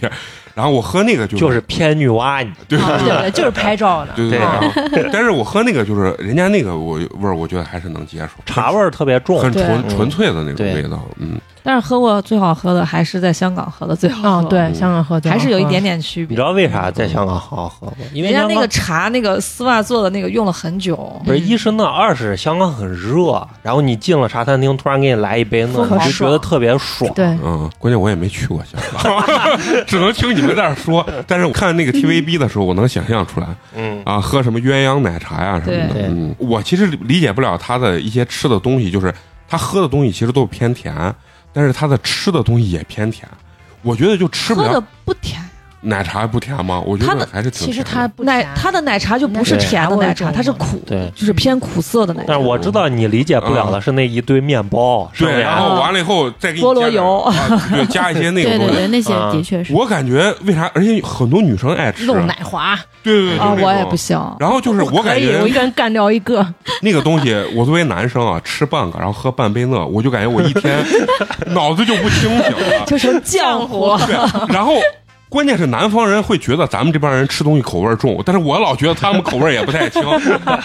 Speaker 1: 然后我喝那个就
Speaker 5: 就是偏女娲，你
Speaker 1: 对
Speaker 3: 啊
Speaker 1: 对
Speaker 4: 哦
Speaker 3: 对对，就是拍照的，
Speaker 1: 嗯
Speaker 3: 啊
Speaker 1: 对
Speaker 5: 对
Speaker 1: 然后 但是我喝那个就是人家那个我味儿，我觉得还是能接受，
Speaker 5: 茶味儿特别重，
Speaker 1: 很
Speaker 2: 对
Speaker 1: 纯
Speaker 5: 嗯
Speaker 1: 纯粹的那种
Speaker 5: 对
Speaker 1: 味道，嗯，
Speaker 2: 但是喝过最好喝的还是在香港喝的最好
Speaker 3: 啊
Speaker 4: 哦
Speaker 2: 喝，，
Speaker 3: 对，香港喝酒
Speaker 2: 还是有一点点区
Speaker 5: 你
Speaker 2: 别
Speaker 5: 知。道为啥在香港好好喝吗？因为
Speaker 2: 人家
Speaker 5: 香
Speaker 2: 那
Speaker 5: 港
Speaker 2: 个嗯茶那个丝袜做的那个用了很久，
Speaker 5: 不是，一是那，二是香港很热，然后你进了茶餐厅，突然给你来一杯那，
Speaker 2: 疯
Speaker 5: 你
Speaker 2: 狂
Speaker 5: 就觉得
Speaker 2: 爽
Speaker 5: 特别爽。
Speaker 3: 对，
Speaker 1: 嗯，关键我也没去过香港， 只能听你们在那儿说。但是我看那个 TVB 的时候，我能想象出来
Speaker 5: 嗯，
Speaker 1: 啊，喝什么鸳鸯奶茶呀、什么
Speaker 5: 对
Speaker 1: 的。嗯，我其实理解不了他的一些吃的东西，就是他喝的东西其实都是偏甜，但是它的吃的东西也偏甜。我觉得就吃不
Speaker 2: 喝
Speaker 1: 了
Speaker 2: 的不甜，
Speaker 1: 奶茶不甜吗？我觉
Speaker 2: 它
Speaker 1: 得
Speaker 2: 的
Speaker 1: 还是挺
Speaker 3: 其
Speaker 1: 甜
Speaker 3: 实
Speaker 1: 的。
Speaker 3: 它不
Speaker 2: 奶
Speaker 3: 甜
Speaker 2: 它的奶茶就不是
Speaker 5: 对
Speaker 2: 甜的奶
Speaker 3: 茶
Speaker 2: 茶，
Speaker 3: 味
Speaker 2: 它是
Speaker 3: 重
Speaker 2: 苦，
Speaker 5: 对
Speaker 2: 就是偏苦涩的奶茶
Speaker 5: 但。是我知道你理解不了的是那一堆面包，
Speaker 1: 嗯
Speaker 5: 上
Speaker 1: 对，
Speaker 5: 面
Speaker 1: 然后完了以后再给你
Speaker 2: 菠萝
Speaker 1: 加点
Speaker 2: 油
Speaker 1: 啊对，加一些那
Speaker 4: 对
Speaker 1: 个
Speaker 4: 对
Speaker 1: 东西。嗯
Speaker 4: 对，那些
Speaker 5: 啊
Speaker 4: 的确是。
Speaker 1: 我感觉为啥？而且很多女生爱吃，
Speaker 3: 漏
Speaker 1: 对
Speaker 3: 奶滑，
Speaker 1: 对对，
Speaker 2: 啊，
Speaker 1: 就是那
Speaker 2: 我也
Speaker 1: 种
Speaker 2: 不。行。
Speaker 1: 然后就是我感
Speaker 3: 可以，
Speaker 1: 觉
Speaker 3: 我一个人干掉一个，
Speaker 1: 那个东西，我作为男生啊，吃半个，然后喝半杯乐，我就感觉我一天 脑子就不清醒 了。
Speaker 2: 就成浆糊，
Speaker 1: 对， 然后关键是南方人会觉得咱们这帮人吃东西口味儿重，但是我老觉得他们口味儿也不太 轻，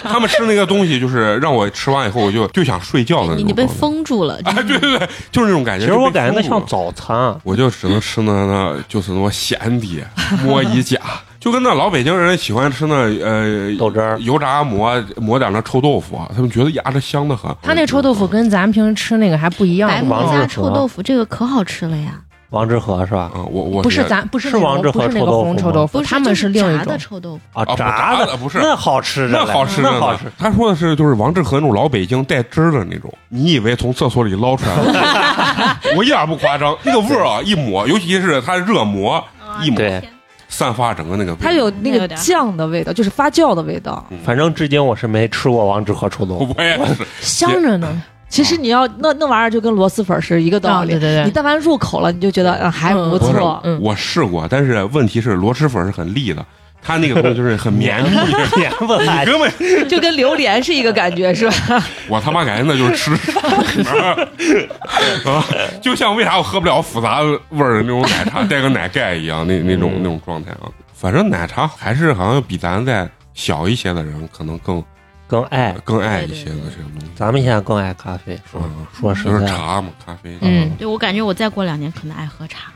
Speaker 1: 他们吃那个东西就是让我吃完以后我就就想睡觉的那种。
Speaker 4: 你你被封住了，
Speaker 1: 啊？ 对对对，就是那种感
Speaker 5: 其
Speaker 1: 觉。
Speaker 5: 实我
Speaker 1: 就被
Speaker 5: 感觉
Speaker 1: 封
Speaker 5: 那
Speaker 1: 住
Speaker 5: 像
Speaker 1: 了
Speaker 5: 早餐，
Speaker 1: 我就只能吃那那就是那种咸的摸一 甲，就跟那老北京人喜欢吃那呃
Speaker 5: 豆汁儿
Speaker 1: 油炸馍抹点那臭豆腐，啊他们觉得呀这香的很。
Speaker 3: 他那臭豆腐跟咱平时吃那个还不一
Speaker 4: 白
Speaker 3: 样，
Speaker 4: 馍
Speaker 5: 王
Speaker 4: 加
Speaker 5: 致
Speaker 4: 臭
Speaker 5: 和
Speaker 4: 豆腐，这个可好吃了呀！
Speaker 1: 哦
Speaker 5: 王致和是吧？
Speaker 1: 啊，我我
Speaker 3: 不是
Speaker 1: 觉得
Speaker 3: 咱不是
Speaker 5: 是
Speaker 3: 那
Speaker 5: 王
Speaker 3: 个
Speaker 5: 致
Speaker 3: 不
Speaker 5: 和
Speaker 3: 是那
Speaker 5: 臭
Speaker 3: 个
Speaker 5: 豆腐
Speaker 3: 红
Speaker 5: 吗
Speaker 3: 臭豆腐，
Speaker 4: 不是，
Speaker 3: 他们
Speaker 4: 就是
Speaker 3: 另一
Speaker 4: 炸的
Speaker 3: 种。
Speaker 4: 臭豆腐，
Speaker 5: 啊，
Speaker 1: 不
Speaker 5: 炸
Speaker 1: 炸的不是
Speaker 5: 那好吃着嘞，
Speaker 1: 那好吃着
Speaker 5: 那
Speaker 1: 呢
Speaker 5: 好吃。
Speaker 1: 他说的是就是王致和那种老北京带汁儿的那种，你以为从厕所里捞出来的？ 我一点不夸张，那个味儿啊一抹，尤其是它热馍一抹
Speaker 5: 对，
Speaker 1: 散发整个那个味道。
Speaker 2: 它有那
Speaker 4: 那有
Speaker 2: 个
Speaker 4: 点
Speaker 2: 酱的味道，就是发酵的味道。
Speaker 1: 嗯
Speaker 5: 反正至今我是没吃过王致和臭豆腐。
Speaker 1: 我也是，
Speaker 3: 香着呢，
Speaker 2: 其实你要那那玩意儿就跟螺蛳粉是一个道
Speaker 3: 啊
Speaker 2: 理，
Speaker 3: 对对对
Speaker 2: 你但凡入口了，你就觉得嗯还不
Speaker 3: 嗯
Speaker 1: 不是
Speaker 2: 错。
Speaker 3: 嗯
Speaker 1: 我试过，但是问题是螺蛳粉是很利的，它那个东西就是很 绵密，
Speaker 5: 甜不来，
Speaker 1: 根本
Speaker 2: 就跟榴莲是一个感觉，是吧？
Speaker 1: 我他妈感觉那就是吃屎 啊！就像为啥我喝不了复杂味儿的那种奶茶，带个奶盖一样，那那种那种状态啊。反正奶茶还是好像比咱在小一些的人可能更
Speaker 5: 更爱。
Speaker 1: 更爱一些
Speaker 4: 对
Speaker 1: 的
Speaker 4: 对对
Speaker 1: 这个东西。
Speaker 5: 咱们现在更爱咖啡，说
Speaker 1: 嗯，
Speaker 5: 说实
Speaker 1: 就是
Speaker 5: 在，
Speaker 1: 茶嘛，咖啡。
Speaker 3: 嗯，
Speaker 4: 对我感觉我再过两年可能爱喝茶，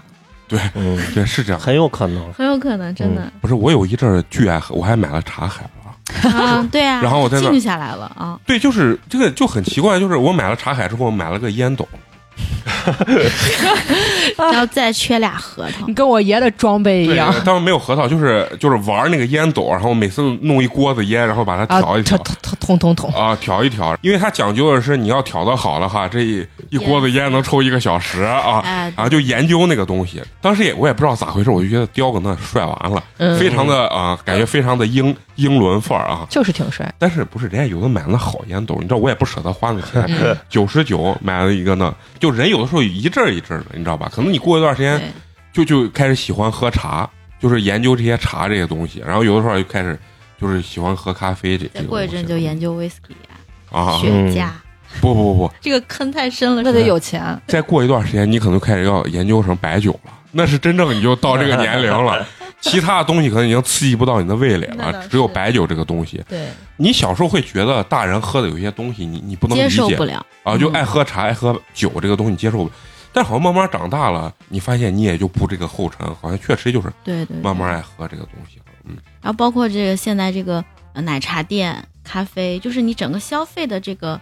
Speaker 5: 嗯，
Speaker 1: 对，是这样。
Speaker 5: 很有可能。
Speaker 4: 很有可能真的。
Speaker 1: 不是，我有一阵儿巨爱喝，我还买了茶海了。
Speaker 4: 啊，对啊，
Speaker 1: 嗯 然后我在那
Speaker 4: 静下来了啊，
Speaker 1: 对，就是这个就很奇怪，就是我买了茶海之后，买了个烟斗，
Speaker 4: 然后再缺俩核桃
Speaker 3: 你，跟我爷的装备一
Speaker 1: 对
Speaker 3: 样，
Speaker 1: 当然没有核桃，就是就是玩那个烟斗，然后每次弄一锅子烟，然后把它
Speaker 3: 啊，
Speaker 1: 调一调
Speaker 3: 这。通通通，
Speaker 1: 啊，挑一挑，因为它讲究的是你要挑的好了哈，这一一锅子烟能抽一个小时啊
Speaker 4: 哎，
Speaker 1: 啊，就研究那个东西。当时也我也不知道咋回事，我就觉得雕个那帅完了，
Speaker 3: 嗯
Speaker 1: 非常的啊，感觉非常的英英伦范儿
Speaker 4: 嗯
Speaker 1: 啊。
Speaker 3: 就是挺帅。
Speaker 1: 但是不是人家有的买那好烟斗，你知道我也不舍得花那
Speaker 4: 嗯
Speaker 1: 钱，九十九买了一个呢，就人有的时候一阵儿一阵儿的，你知道吧？可能你过一段时间
Speaker 4: 对，
Speaker 1: 就就开始喜欢喝茶，就是研究这些茶这些东西，然后有的时候就开始就是喜欢喝咖啡这。
Speaker 4: 再
Speaker 1: 这个
Speaker 4: 过一
Speaker 1: 东
Speaker 4: 阵
Speaker 1: 西
Speaker 4: 就研究 whisky 啊、
Speaker 1: 啊，
Speaker 4: 雪
Speaker 5: 嗯
Speaker 4: 茄，
Speaker 1: 不不不不，
Speaker 4: 这个坑太深了，
Speaker 2: 那
Speaker 4: 是
Speaker 2: 得
Speaker 4: 吧
Speaker 2: 有钱，
Speaker 1: 再过一段时间，你可能开始要研究成白酒了，那是真正你就到这个年龄 了。其他的东西可能已经刺激不到你的味蕾
Speaker 4: 那倒
Speaker 1: 了，
Speaker 4: 是
Speaker 1: 只有白酒这个东西。
Speaker 3: 对，
Speaker 1: 你小时候会觉得大人喝的有些东西你，你不能
Speaker 4: 接
Speaker 1: 理
Speaker 4: 受
Speaker 1: 解
Speaker 4: 不了。嗯
Speaker 1: 啊，就爱喝茶、爱喝酒这个东西你接受不了。但好像慢慢长大了，你发现你也就步这个后尘，好像确实就是
Speaker 4: 对对，对
Speaker 1: 慢慢爱喝这个东西了。嗯，
Speaker 4: 然后包括这个现在这个呃奶茶店、咖啡，就是你整个消费的这个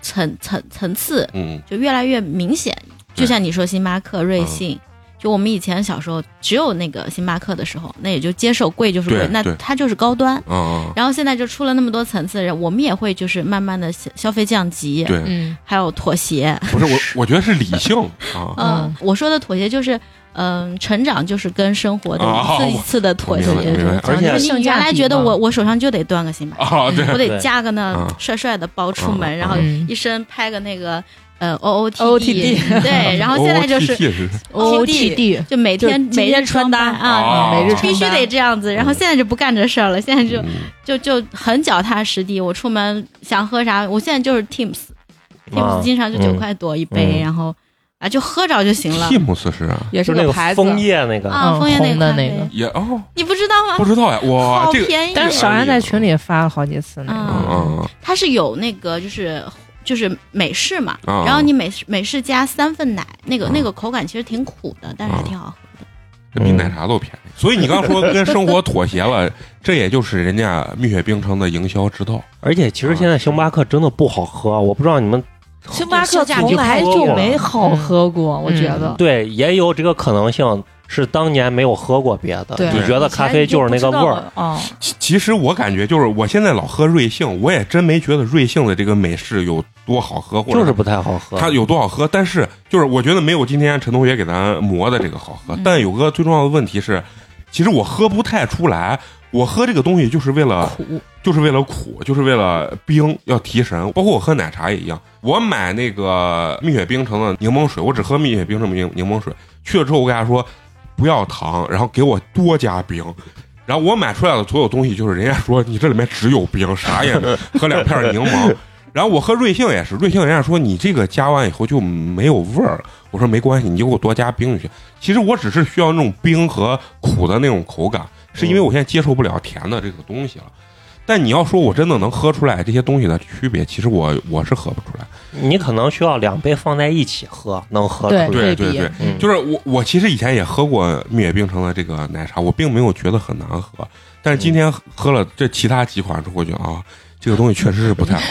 Speaker 4: 层层层次
Speaker 1: 嗯，
Speaker 4: 就越来越明显。
Speaker 1: 对
Speaker 4: 就像你说星巴
Speaker 1: 嗯
Speaker 4: 克、瑞幸，就我们以前小时候只有那个星巴克的时候，那也就接受贵就是
Speaker 1: 对
Speaker 4: 贵，那
Speaker 1: 对
Speaker 4: 它就是高端。
Speaker 1: 啊啊，
Speaker 4: 然后现在就出了那么多层次，我们也会就是慢慢的消费降级，
Speaker 1: 对，
Speaker 3: 嗯
Speaker 4: 还有妥协。
Speaker 1: 不是我，我觉得是理 性啊。
Speaker 4: 嗯，我说的妥协就是，嗯，成长就是跟生活的
Speaker 1: 啊
Speaker 4: 一次一次的妥协
Speaker 1: 我明白明白。
Speaker 4: 这种
Speaker 5: 而且
Speaker 4: 就是你原来觉得我我手上就得端个星巴克，
Speaker 1: 啊，对，
Speaker 4: 我得
Speaker 5: 对
Speaker 4: 加个那
Speaker 1: 啊
Speaker 4: 帅帅的包出门，
Speaker 1: 啊
Speaker 4: 然后
Speaker 3: 嗯
Speaker 4: 一身拍个那个呃 O O T
Speaker 2: OOTD
Speaker 4: 对，然后现在就是
Speaker 1: OOTT 是
Speaker 3: ，O
Speaker 4: T
Speaker 3: T
Speaker 4: D
Speaker 3: D
Speaker 4: 就每天
Speaker 2: 就今
Speaker 4: 每日
Speaker 2: 天穿搭
Speaker 4: 啊，
Speaker 1: 啊
Speaker 3: 每日穿
Speaker 4: 必须得这样子。然后现在就不干这事儿了，现在就
Speaker 1: 嗯
Speaker 4: 就就很脚踏实地。我出门想喝啥，我现在就是 Teams，Teams
Speaker 5: 啊
Speaker 4: 经常就九块多一杯，
Speaker 5: 嗯
Speaker 4: 然后啊就喝着就行了
Speaker 1: Teams 是啊
Speaker 2: 也
Speaker 5: 就是那
Speaker 2: 个
Speaker 5: 个
Speaker 2: 牌子。
Speaker 5: 枫叶那个，
Speaker 4: 啊。
Speaker 3: 嗯
Speaker 4: 枫叶
Speaker 3: 红的
Speaker 4: 咖啡
Speaker 3: 那个，
Speaker 1: 也哦，
Speaker 4: 你不知道吗
Speaker 1: 不？知道呀，哇
Speaker 4: 啊好，
Speaker 1: 这个
Speaker 4: 便宜，
Speaker 3: 但是小安在群里也发了好几次那
Speaker 4: 嗯
Speaker 3: 个，
Speaker 1: 啊
Speaker 4: 它是有那个就是就是美式嘛，
Speaker 1: 啊
Speaker 4: 然后你美式美式加三份奶，那个、
Speaker 1: 啊
Speaker 4: 那个口感其实挺苦的，但是还挺好喝。
Speaker 1: 这比奶茶都便宜。 所以你刚说跟生活妥协了，这也就是人家蜜雪冰城的营销之道。
Speaker 5: 而且其实现在星巴克真的不好喝，我不知道你们
Speaker 2: 星巴克从来就没好喝过，我觉得。
Speaker 5: 嗯对也有这个可能性。是当年没有喝过别的，
Speaker 2: 对
Speaker 5: 你觉得咖啡就是那个味儿。
Speaker 2: 啊，
Speaker 1: 其其实我感觉就是，我现在老喝瑞幸，我也真没觉得瑞幸的这个美式有多好喝，或者
Speaker 5: 就是不太好喝，
Speaker 1: 它有多好喝，但是就是我觉得没有今天陈同学给咱磨的这个好喝。
Speaker 4: 嗯
Speaker 1: 但有个最重要的问题是，其实我喝不太出来，我喝这个东西就是为了
Speaker 3: 苦，
Speaker 1: 就是为了苦，就是为了冰要提神。包括我喝奶茶也一样，我买那个蜜雪冰城的柠檬水，我只喝蜜雪冰城的柠柠檬水。去了之后，我跟大家说不要糖，然后给我多加冰。然后我买出来的所有东西，就是人家说你这里面只有冰，啥也没有，喝两片柠檬。然后我喝瑞幸也是，瑞幸人家说你这个加完以后就没有味儿了。我说没关系，你就给我多加冰就行。其实我只是需要那种冰和苦的那种口感，是因为我现在接受不了甜的这个东西了。但你要说我真的能喝出来这些东西的区别，其实我我是喝不出来。
Speaker 5: 你可能需要两杯放在一起喝，能喝出
Speaker 3: 对
Speaker 5: 来。
Speaker 1: 对
Speaker 3: 对
Speaker 1: 对
Speaker 3: 比
Speaker 1: 对，
Speaker 5: 嗯
Speaker 1: 就是我我其实以前也喝过蜜雪冰城的这个奶茶，我并没有觉得很难喝，但是今天喝了这其他几款之后，我觉得啊，这个东西确实是不太好，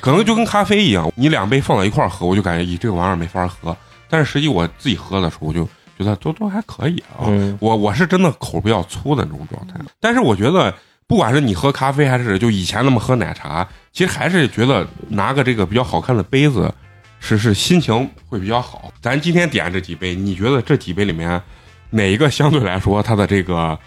Speaker 1: 可能就跟咖啡一样，你两杯放到一块儿喝，我就感觉咦这个玩意儿没法喝，但是实际我自己喝的时候，我就觉得都都还可以啊，
Speaker 5: 嗯，
Speaker 1: 我我是真的口比较粗的那种状态，但是我觉得，不管是你喝咖啡还是就以前那么喝奶茶，其实还是觉得拿个这个比较好看的杯子，是是心情会比较好。咱今天点这几杯，你觉得这几杯里面哪一个相对来说它的这个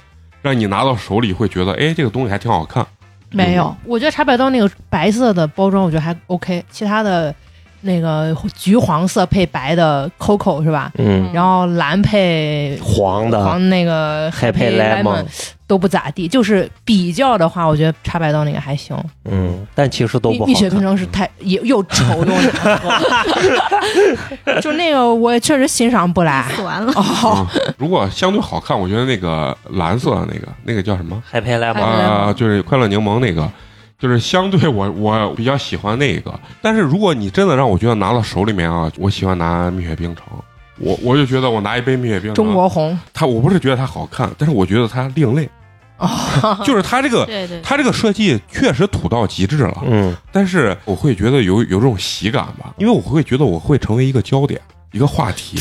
Speaker 1: 让你拿到手里会觉得，哎，这个东西还挺好看？
Speaker 2: 没
Speaker 5: 嗯
Speaker 2: 有，
Speaker 3: 我觉得茶百道那个白色的包装，我觉得还 OK，其他的那个橘黄色配白的 COCO 是吧？
Speaker 5: 嗯，
Speaker 3: 然后蓝配
Speaker 5: 黄的
Speaker 3: 黄那个
Speaker 5: Happy 嗯 Lemon，
Speaker 3: 都不咋地，就是比较的话，我觉得茶百道那个还行，
Speaker 5: 嗯，但其实都
Speaker 3: 蜜
Speaker 5: 不好
Speaker 3: 蜜雪冰
Speaker 5: 看。
Speaker 3: 城是太也又丑又难 喝，就那个我确实欣赏不来。
Speaker 4: 死完了。
Speaker 3: 哦，
Speaker 1: 嗯如果相对好看，我觉得那个蓝色的那个那个叫什么？
Speaker 5: Happy Lemon，
Speaker 3: 快乐柠
Speaker 1: 啊、
Speaker 3: 檬
Speaker 1: 就是快乐柠檬那个，就是相对我我比较喜欢那个。但是如果你真的让我觉得拿到手里面啊，我喜欢拿蜜雪冰城。我我就觉得我拿一杯蜜雪冰城，啊
Speaker 3: 中国红
Speaker 1: 它我不是觉得它好看，但是我觉得它另 类，
Speaker 3: 哦，
Speaker 1: 就是它这个
Speaker 4: 对对，
Speaker 1: 它这个设计确实土到极致了，
Speaker 5: 嗯，
Speaker 1: 但是我会觉得有有这种喜感吧，因为我会觉得我会成为一个焦点，一个话题。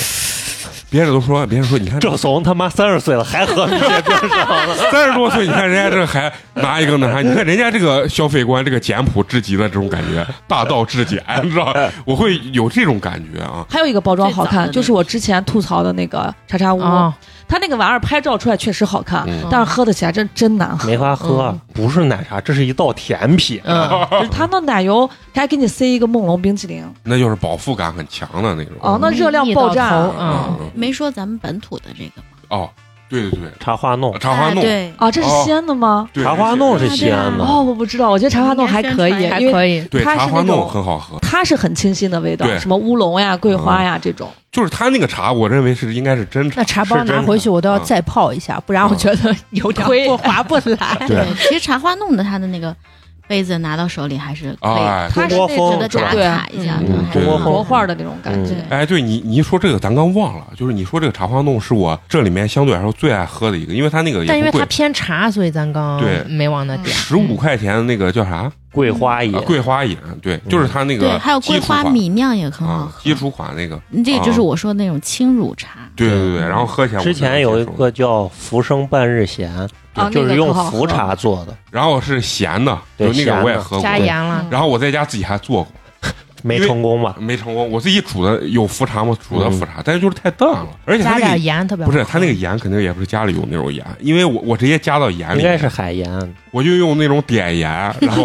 Speaker 1: 别人都说，别人说，你看
Speaker 5: 郑怂他妈三十岁了还喝蜜雪冰城，
Speaker 1: 三十多岁，你看人家这还拿一个那啥，你看人家这个消费观，这个简朴至极的这种感觉，大道至简，你知道， 我会有这种感觉啊。
Speaker 2: 还有一个包装好
Speaker 4: 最早的那
Speaker 2: 看，
Speaker 4: 个
Speaker 2: 就是我之前吐槽的那个茶茶
Speaker 5: 嗯
Speaker 2: 屋，
Speaker 3: 啊，
Speaker 2: 它那个玩意儿拍照出来确实好看，
Speaker 1: 嗯
Speaker 2: 但是喝的起来真真难喝。
Speaker 5: 没法喝
Speaker 3: 嗯，
Speaker 5: 不是奶茶，这是一道甜品。
Speaker 3: 嗯，
Speaker 2: 就是它那奶油还给你塞一个梦龙冰淇淋，
Speaker 1: 那就是饱腹感很强的那种。
Speaker 2: 哦，那热量爆炸
Speaker 3: 蜜到头
Speaker 1: 嗯
Speaker 3: 嗯，
Speaker 4: 没说咱们本土的这个嘛
Speaker 1: 哦，对对对，
Speaker 5: 茶花弄，
Speaker 1: 茶花
Speaker 4: 啊
Speaker 1: 弄，
Speaker 4: 对，
Speaker 2: 啊！这是
Speaker 1: 哦
Speaker 2: 西安的吗？
Speaker 1: 对
Speaker 5: 茶花弄是
Speaker 1: 对
Speaker 5: 西安的，
Speaker 2: 哦，我不知道，我觉得茶花弄还可以，
Speaker 4: 嗯
Speaker 3: 还
Speaker 2: 因为
Speaker 3: 可以。
Speaker 1: 对
Speaker 2: 它是
Speaker 1: 茶花
Speaker 2: 那
Speaker 1: 弄
Speaker 2: 种
Speaker 1: 很好喝，
Speaker 2: 它是很清新的味道，
Speaker 1: 对嗯
Speaker 2: 什么乌龙呀、桂花呀这种。
Speaker 1: 就是他那个茶，我认为是应该是真茶。
Speaker 3: 那茶包
Speaker 1: 是真
Speaker 3: 拿
Speaker 1: 的
Speaker 3: 回去，我都要
Speaker 1: 嗯
Speaker 3: 再泡一下，不然我觉得有点
Speaker 2: 亏
Speaker 3: 不划不来。
Speaker 1: 对
Speaker 4: 对，其实茶花弄的它的那个杯子拿到手里还是可以
Speaker 1: 哎，
Speaker 2: 它是
Speaker 5: 中国
Speaker 2: 那
Speaker 5: 风
Speaker 4: 值
Speaker 2: 种
Speaker 4: 得
Speaker 5: 是吧
Speaker 4: 打卡一下
Speaker 1: 嗯
Speaker 4: 的，还
Speaker 1: 对
Speaker 4: 是
Speaker 5: 中国
Speaker 2: 国
Speaker 5: 风
Speaker 2: 画的那种感觉。
Speaker 1: 哎，对你你一说这个，咱刚忘了，就是你说这个茶花弄是我这里面相对来说最爱喝的一个，因为它那个
Speaker 3: 但
Speaker 1: 也
Speaker 3: 因为
Speaker 1: 不
Speaker 3: 它
Speaker 1: 贵，
Speaker 3: 偏茶，所以咱刚
Speaker 1: 对
Speaker 3: 没往那点。嗯
Speaker 1: 十五块钱的那个叫啥？
Speaker 5: 桂花饮
Speaker 1: 啊，，桂花饮，对，
Speaker 5: 嗯
Speaker 1: 就是它那
Speaker 4: 对，
Speaker 1: 个
Speaker 4: 还有
Speaker 1: 基
Speaker 4: 桂
Speaker 1: 础
Speaker 4: 花
Speaker 1: 款
Speaker 4: 米酿也很好
Speaker 1: 啊，
Speaker 4: 喝
Speaker 1: 基。础款那个，
Speaker 4: 你这个就是我说的那种轻乳茶，
Speaker 1: 对对对，然后喝起来我
Speaker 5: 嗯之
Speaker 1: 是能
Speaker 5: 前有
Speaker 1: 接
Speaker 5: 一
Speaker 1: 受的
Speaker 5: 个叫浮生半日
Speaker 4: 哦
Speaker 5: 闲，
Speaker 2: 啊，
Speaker 5: 就
Speaker 2: 那
Speaker 5: 是
Speaker 2: 个
Speaker 5: 用
Speaker 2: 可好喝
Speaker 4: 嗯
Speaker 5: 浮茶做的，
Speaker 1: 然后是咸的，
Speaker 5: 对
Speaker 1: 就那
Speaker 5: 咸
Speaker 1: 个
Speaker 5: 的
Speaker 1: 我也喝过
Speaker 3: 加，盐了，
Speaker 1: 然后我在家自己还做过，
Speaker 5: 没成功吧？
Speaker 1: 没成功。我自己煮的有
Speaker 5: 嗯
Speaker 1: 浮茶吗？煮的浮茶，但是就是太淡了，而且它
Speaker 3: 加
Speaker 1: 那
Speaker 3: 点
Speaker 1: 个
Speaker 3: 盐特别好
Speaker 1: 不是它那个盐肯定也不是家里有那种盐，因为我我直接加到盐里
Speaker 5: 应
Speaker 1: 面，
Speaker 5: 该是海盐，
Speaker 1: 我就用那种碘盐，然后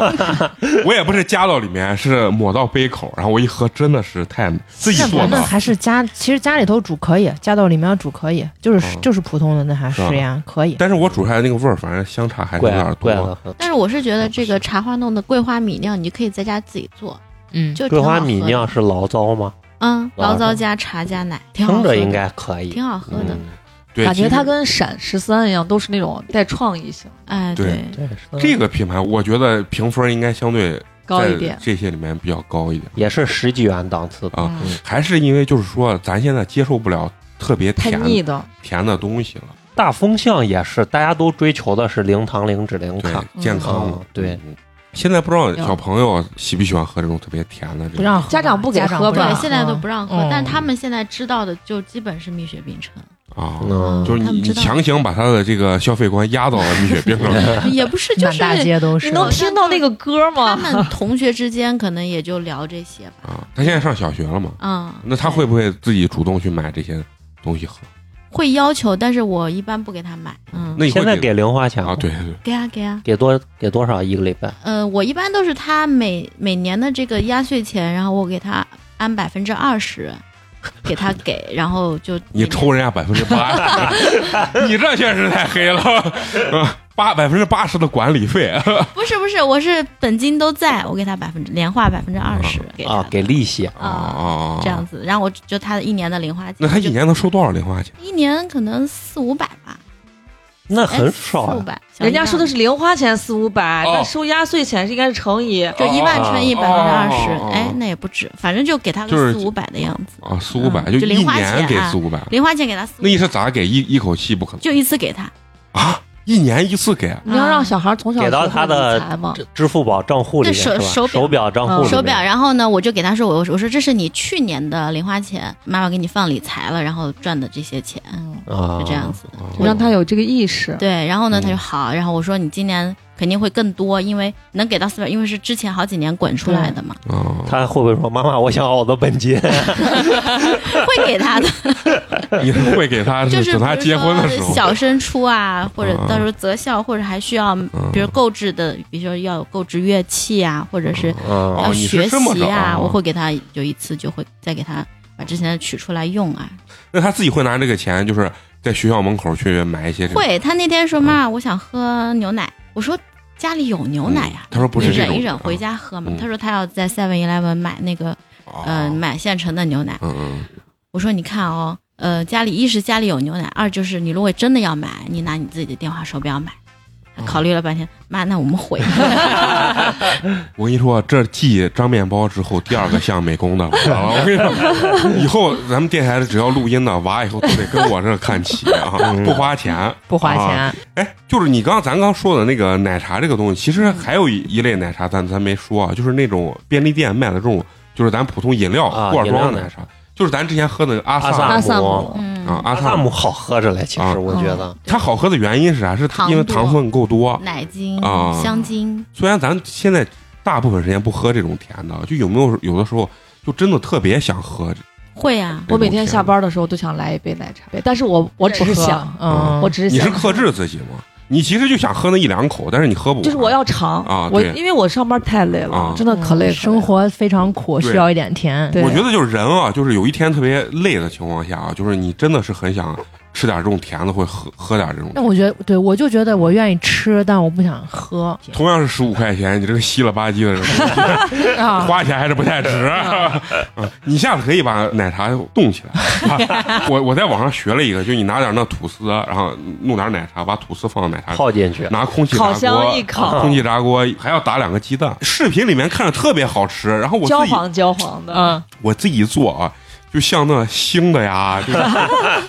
Speaker 1: 我也不是加到里面，是抹到杯口，然后我一喝真的是太自己
Speaker 3: 那
Speaker 1: 做
Speaker 3: 咱们
Speaker 1: 的。
Speaker 3: 还是家，其实家里头煮可以，加到里面煮可以，就是
Speaker 1: 嗯
Speaker 3: 就是普通的那啥
Speaker 1: 是吧
Speaker 3: 食盐可以。
Speaker 1: 但是我煮出来的那个味儿，反正相差还是有
Speaker 5: 怪
Speaker 1: 点
Speaker 5: 怪
Speaker 1: 多。
Speaker 5: 的很。
Speaker 4: 但是我是觉得这个茶花弄的桂花米酿，你可以在家自己做，
Speaker 3: 嗯，
Speaker 4: 就挺
Speaker 5: 桂
Speaker 4: 好
Speaker 5: 花
Speaker 4: 喝的
Speaker 5: 米酿，是醪糟吗？
Speaker 4: 嗯，
Speaker 5: 醪
Speaker 4: 醪
Speaker 5: 糟
Speaker 4: 糟加茶加奶，挺好
Speaker 5: 听
Speaker 4: 喝
Speaker 5: 着
Speaker 4: 的，
Speaker 5: 应该可以
Speaker 4: 挺。好喝的，
Speaker 5: 嗯，
Speaker 1: 对，
Speaker 2: 感
Speaker 1: 其
Speaker 2: 觉
Speaker 1: 实
Speaker 2: 它跟闪十三一样，都是那种带创意性，
Speaker 4: 哎，
Speaker 1: 对
Speaker 4: 对，
Speaker 5: 对，是的
Speaker 1: 这个品牌，我觉得评分应该相对
Speaker 2: 高一
Speaker 1: 在
Speaker 2: 点。
Speaker 1: 这些里面比较高一点。
Speaker 5: 也是十几元档次的。
Speaker 2: 嗯
Speaker 1: 啊，还是因为就是说，啊咱现在接受不了特别
Speaker 2: 太
Speaker 1: 甜
Speaker 2: 腻的，
Speaker 1: 甜的东西了，
Speaker 5: 大风向也是，大家都追求的是零糖、零脂、零卡。
Speaker 1: 对，健康
Speaker 5: 嗯对
Speaker 1: 嗯现在不知道小朋友喜不喜欢喝这种特别甜的这种，
Speaker 3: 不让喝吧
Speaker 2: 家长不给
Speaker 3: 家长
Speaker 2: 喝
Speaker 3: 不
Speaker 2: 吧
Speaker 3: 让
Speaker 4: 对，
Speaker 3: 喝
Speaker 4: 现在都不让喝
Speaker 3: 嗯，
Speaker 4: 但他们现在知道的就基本是蜜雪冰城，
Speaker 1: 啊，
Speaker 5: 嗯
Speaker 1: 就是
Speaker 4: 他们
Speaker 1: 你你
Speaker 4: 知道
Speaker 1: 强行把他的这个消费观压到了蜜雪冰城。
Speaker 4: 也不是，就
Speaker 3: 满
Speaker 4: 是
Speaker 3: 大街都
Speaker 2: 你
Speaker 3: 是。
Speaker 2: 能听到那个歌吗？
Speaker 4: 他们同学之间可能也就聊这些吧。
Speaker 1: 啊，他现在上小学了嘛？
Speaker 4: 嗯，
Speaker 1: 那他会不会自己主动去买这些东西喝？
Speaker 4: 会要求，但是我一般不给他买。嗯，
Speaker 1: 那你
Speaker 5: 现
Speaker 1: 会
Speaker 5: 在给零花钱
Speaker 1: 啊？
Speaker 5: 吗
Speaker 1: 对对对，
Speaker 4: 给啊给啊。
Speaker 5: 给多给多少一个礼拜？
Speaker 4: 呃，我一般都是他每每年的这个压岁钱，然后我给他按百分之二十，给他给，然后就
Speaker 1: 你抽人家百分之八， 你这确实太黑了。啊八百分之八十的管理费，
Speaker 4: 不是不是，我是本金都在，我给他百分之连化百分之二十给他
Speaker 5: 啊，给利息
Speaker 1: 啊啊啊！
Speaker 4: 这样子，然后我就他的一年的零花钱，
Speaker 1: 那他一
Speaker 4: 就
Speaker 1: 年能收多少零花钱？
Speaker 4: 一年可能四五百吧，
Speaker 5: 那
Speaker 4: 哎
Speaker 5: 很少
Speaker 4: 四五
Speaker 5: 啊。
Speaker 4: 百，小
Speaker 2: 人家
Speaker 4: 一万
Speaker 2: 说的是零花钱四五百，
Speaker 1: 哦
Speaker 2: 那收压岁钱是应该是乘以
Speaker 4: 就一万乘以
Speaker 1: 哦
Speaker 4: 百分之二
Speaker 1: 哦哦哦
Speaker 4: 十，哎，那也不止，反正就给他
Speaker 1: 就是
Speaker 4: 个四五百的样子，
Speaker 1: 啊，四五百，
Speaker 4: 嗯就
Speaker 1: 一
Speaker 4: 零花
Speaker 1: 年
Speaker 4: 钱
Speaker 1: 给
Speaker 4: 啊
Speaker 1: 四五百。
Speaker 4: 零花钱给他四五
Speaker 1: 那你
Speaker 4: 百，
Speaker 1: 是咋给？一一口气不可能
Speaker 4: 就一次给他，
Speaker 1: 啊！一年一次给，啊
Speaker 2: 你要让小孩从小
Speaker 5: 给到
Speaker 2: 学会
Speaker 5: 他的
Speaker 2: 理财嘛，
Speaker 5: 支支付宝账户里面
Speaker 4: 这哎手
Speaker 5: 是吧？
Speaker 4: 手表
Speaker 5: 手表账户里
Speaker 4: 嗯
Speaker 5: 面
Speaker 4: 手表，然后呢，我就给他说，我我说这是你去年的零花钱，妈妈给你放理财了，然后赚的这些钱，
Speaker 5: 啊，
Speaker 4: 就这样子。
Speaker 1: 啊
Speaker 2: 让他有这个意识。
Speaker 4: 对，然后呢，他
Speaker 5: 嗯
Speaker 4: 就好，然后我说你今年肯定会更多，因为能给到四百，因为是之前好几年滚出来的嘛，
Speaker 1: 啊！
Speaker 5: 他会不会说：“妈妈，我想要我的本 金
Speaker 4: 会给他的，
Speaker 1: 你是会给嗯 他，
Speaker 4: 就是
Speaker 1: 等他
Speaker 4: 比如
Speaker 1: 结婚的
Speaker 4: 说
Speaker 1: 时候，
Speaker 4: 小升初啊，或者
Speaker 1: 啊
Speaker 4: 到时候择校，或者还需要，
Speaker 1: 嗯
Speaker 4: 比如购置的，比如说要有购置乐器啊，或者是？”
Speaker 5: 嗯，
Speaker 1: 哦
Speaker 4: 要
Speaker 1: 你
Speaker 4: 学
Speaker 1: 是这么
Speaker 4: 习
Speaker 1: 着
Speaker 4: 啊
Speaker 1: 啊，
Speaker 4: 我会给他有一次就会再给他把之前的取出来用啊，
Speaker 1: 那他自己会拿这个钱，就是在学校门口去买一些这个
Speaker 4: 会，他那天说妈，我想喝牛奶。我说家里有牛奶呀、
Speaker 1: 嗯他说不是
Speaker 4: 你
Speaker 1: 这种
Speaker 4: 忍一忍回家喝嘛。
Speaker 1: 嗯
Speaker 4: 他说他要在 Seven Eleven 买那个，
Speaker 1: 啊
Speaker 4: 呃，买现成的牛奶。
Speaker 1: 嗯嗯
Speaker 4: 我说你看哦，呃，家里一是家里有牛奶，二就是你如果真的要买，你拿你自己的电话手表买。
Speaker 1: 哦
Speaker 4: 他考虑了半天，妈，那我 们回。
Speaker 1: 我跟你说，这继张面包之后，第二个像美 工的了。啊我跟你说，以后咱们电台的只要录音的娃，以后都得跟我这看齐 啊，
Speaker 5: 嗯
Speaker 1: 不花钱，
Speaker 3: 不花钱，
Speaker 1: 啊哎，就是你刚咱刚说的那个奶茶这个东西，其实还有一一类奶茶咱咱没说啊，就是那种便利店卖的这种，就是咱普通饮料
Speaker 5: 啊
Speaker 1: 罐装
Speaker 5: 饮料
Speaker 1: 奶茶，就是咱之前喝的那个阿萨
Speaker 5: 阿
Speaker 2: 阿
Speaker 5: 萨
Speaker 2: 萨
Speaker 5: 姆
Speaker 2: 姆，
Speaker 4: 嗯，
Speaker 1: 啊阿
Speaker 5: 阿
Speaker 1: 萨
Speaker 5: 萨姆好喝着嘞，其
Speaker 1: 啊
Speaker 5: 实我觉得
Speaker 1: 它好喝的原因是啥？是
Speaker 4: 糖
Speaker 1: 因为
Speaker 4: 多
Speaker 1: 糖分够多。
Speaker 4: 奶精、
Speaker 1: 啊
Speaker 4: 香精，
Speaker 1: 虽然咱现在大部分时间不喝这种甜的，就有没有有的时候就真的特别想喝这
Speaker 4: 会啊，
Speaker 1: 种
Speaker 2: 我每天
Speaker 1: 甜
Speaker 2: 下班的时候都想来一杯奶茶，但是我我只
Speaker 3: 不
Speaker 2: 是
Speaker 3: 喝
Speaker 2: 想，
Speaker 1: 嗯
Speaker 3: 嗯，
Speaker 2: 我只
Speaker 1: 的，
Speaker 2: 是
Speaker 1: 你是
Speaker 2: 想，
Speaker 1: 克制自己吗？你其实就想喝那一两口，但是你喝不完。
Speaker 2: 就是我要尝
Speaker 1: 啊
Speaker 2: 我
Speaker 1: 对
Speaker 2: 因为我上班太累
Speaker 1: 啊
Speaker 2: 了，真的可累，可累
Speaker 3: 生。活非常苦，
Speaker 1: 对
Speaker 3: 需要一点甜。
Speaker 2: 对
Speaker 1: 我觉得就是人啊，就是有一天特别累的情况下啊，就是你真的是很想吃点这种甜的，会喝喝点这种
Speaker 3: 那。我觉得，对我就觉得我愿意吃，但我不想喝
Speaker 1: 同样是十五块钱，你这个稀了吧唧的 人，
Speaker 3: 啊。
Speaker 1: 花钱还是不太值。 啊你下次可以把奶茶冻起来。 啊我我在网上学了一个，就你拿点那吐司，然后弄点奶茶，把吐司放到奶茶里，
Speaker 5: 泡进去，
Speaker 1: 拿空气炸
Speaker 2: 烤
Speaker 1: 锅啊
Speaker 2: 箱一烤
Speaker 1: 空气炸锅还要打两个鸡蛋。视频里面看着特别好吃，然后我
Speaker 2: 焦
Speaker 1: 自己
Speaker 2: 黄焦黄的，
Speaker 3: 嗯，
Speaker 1: 我自己做啊，就像那腥的呀，就是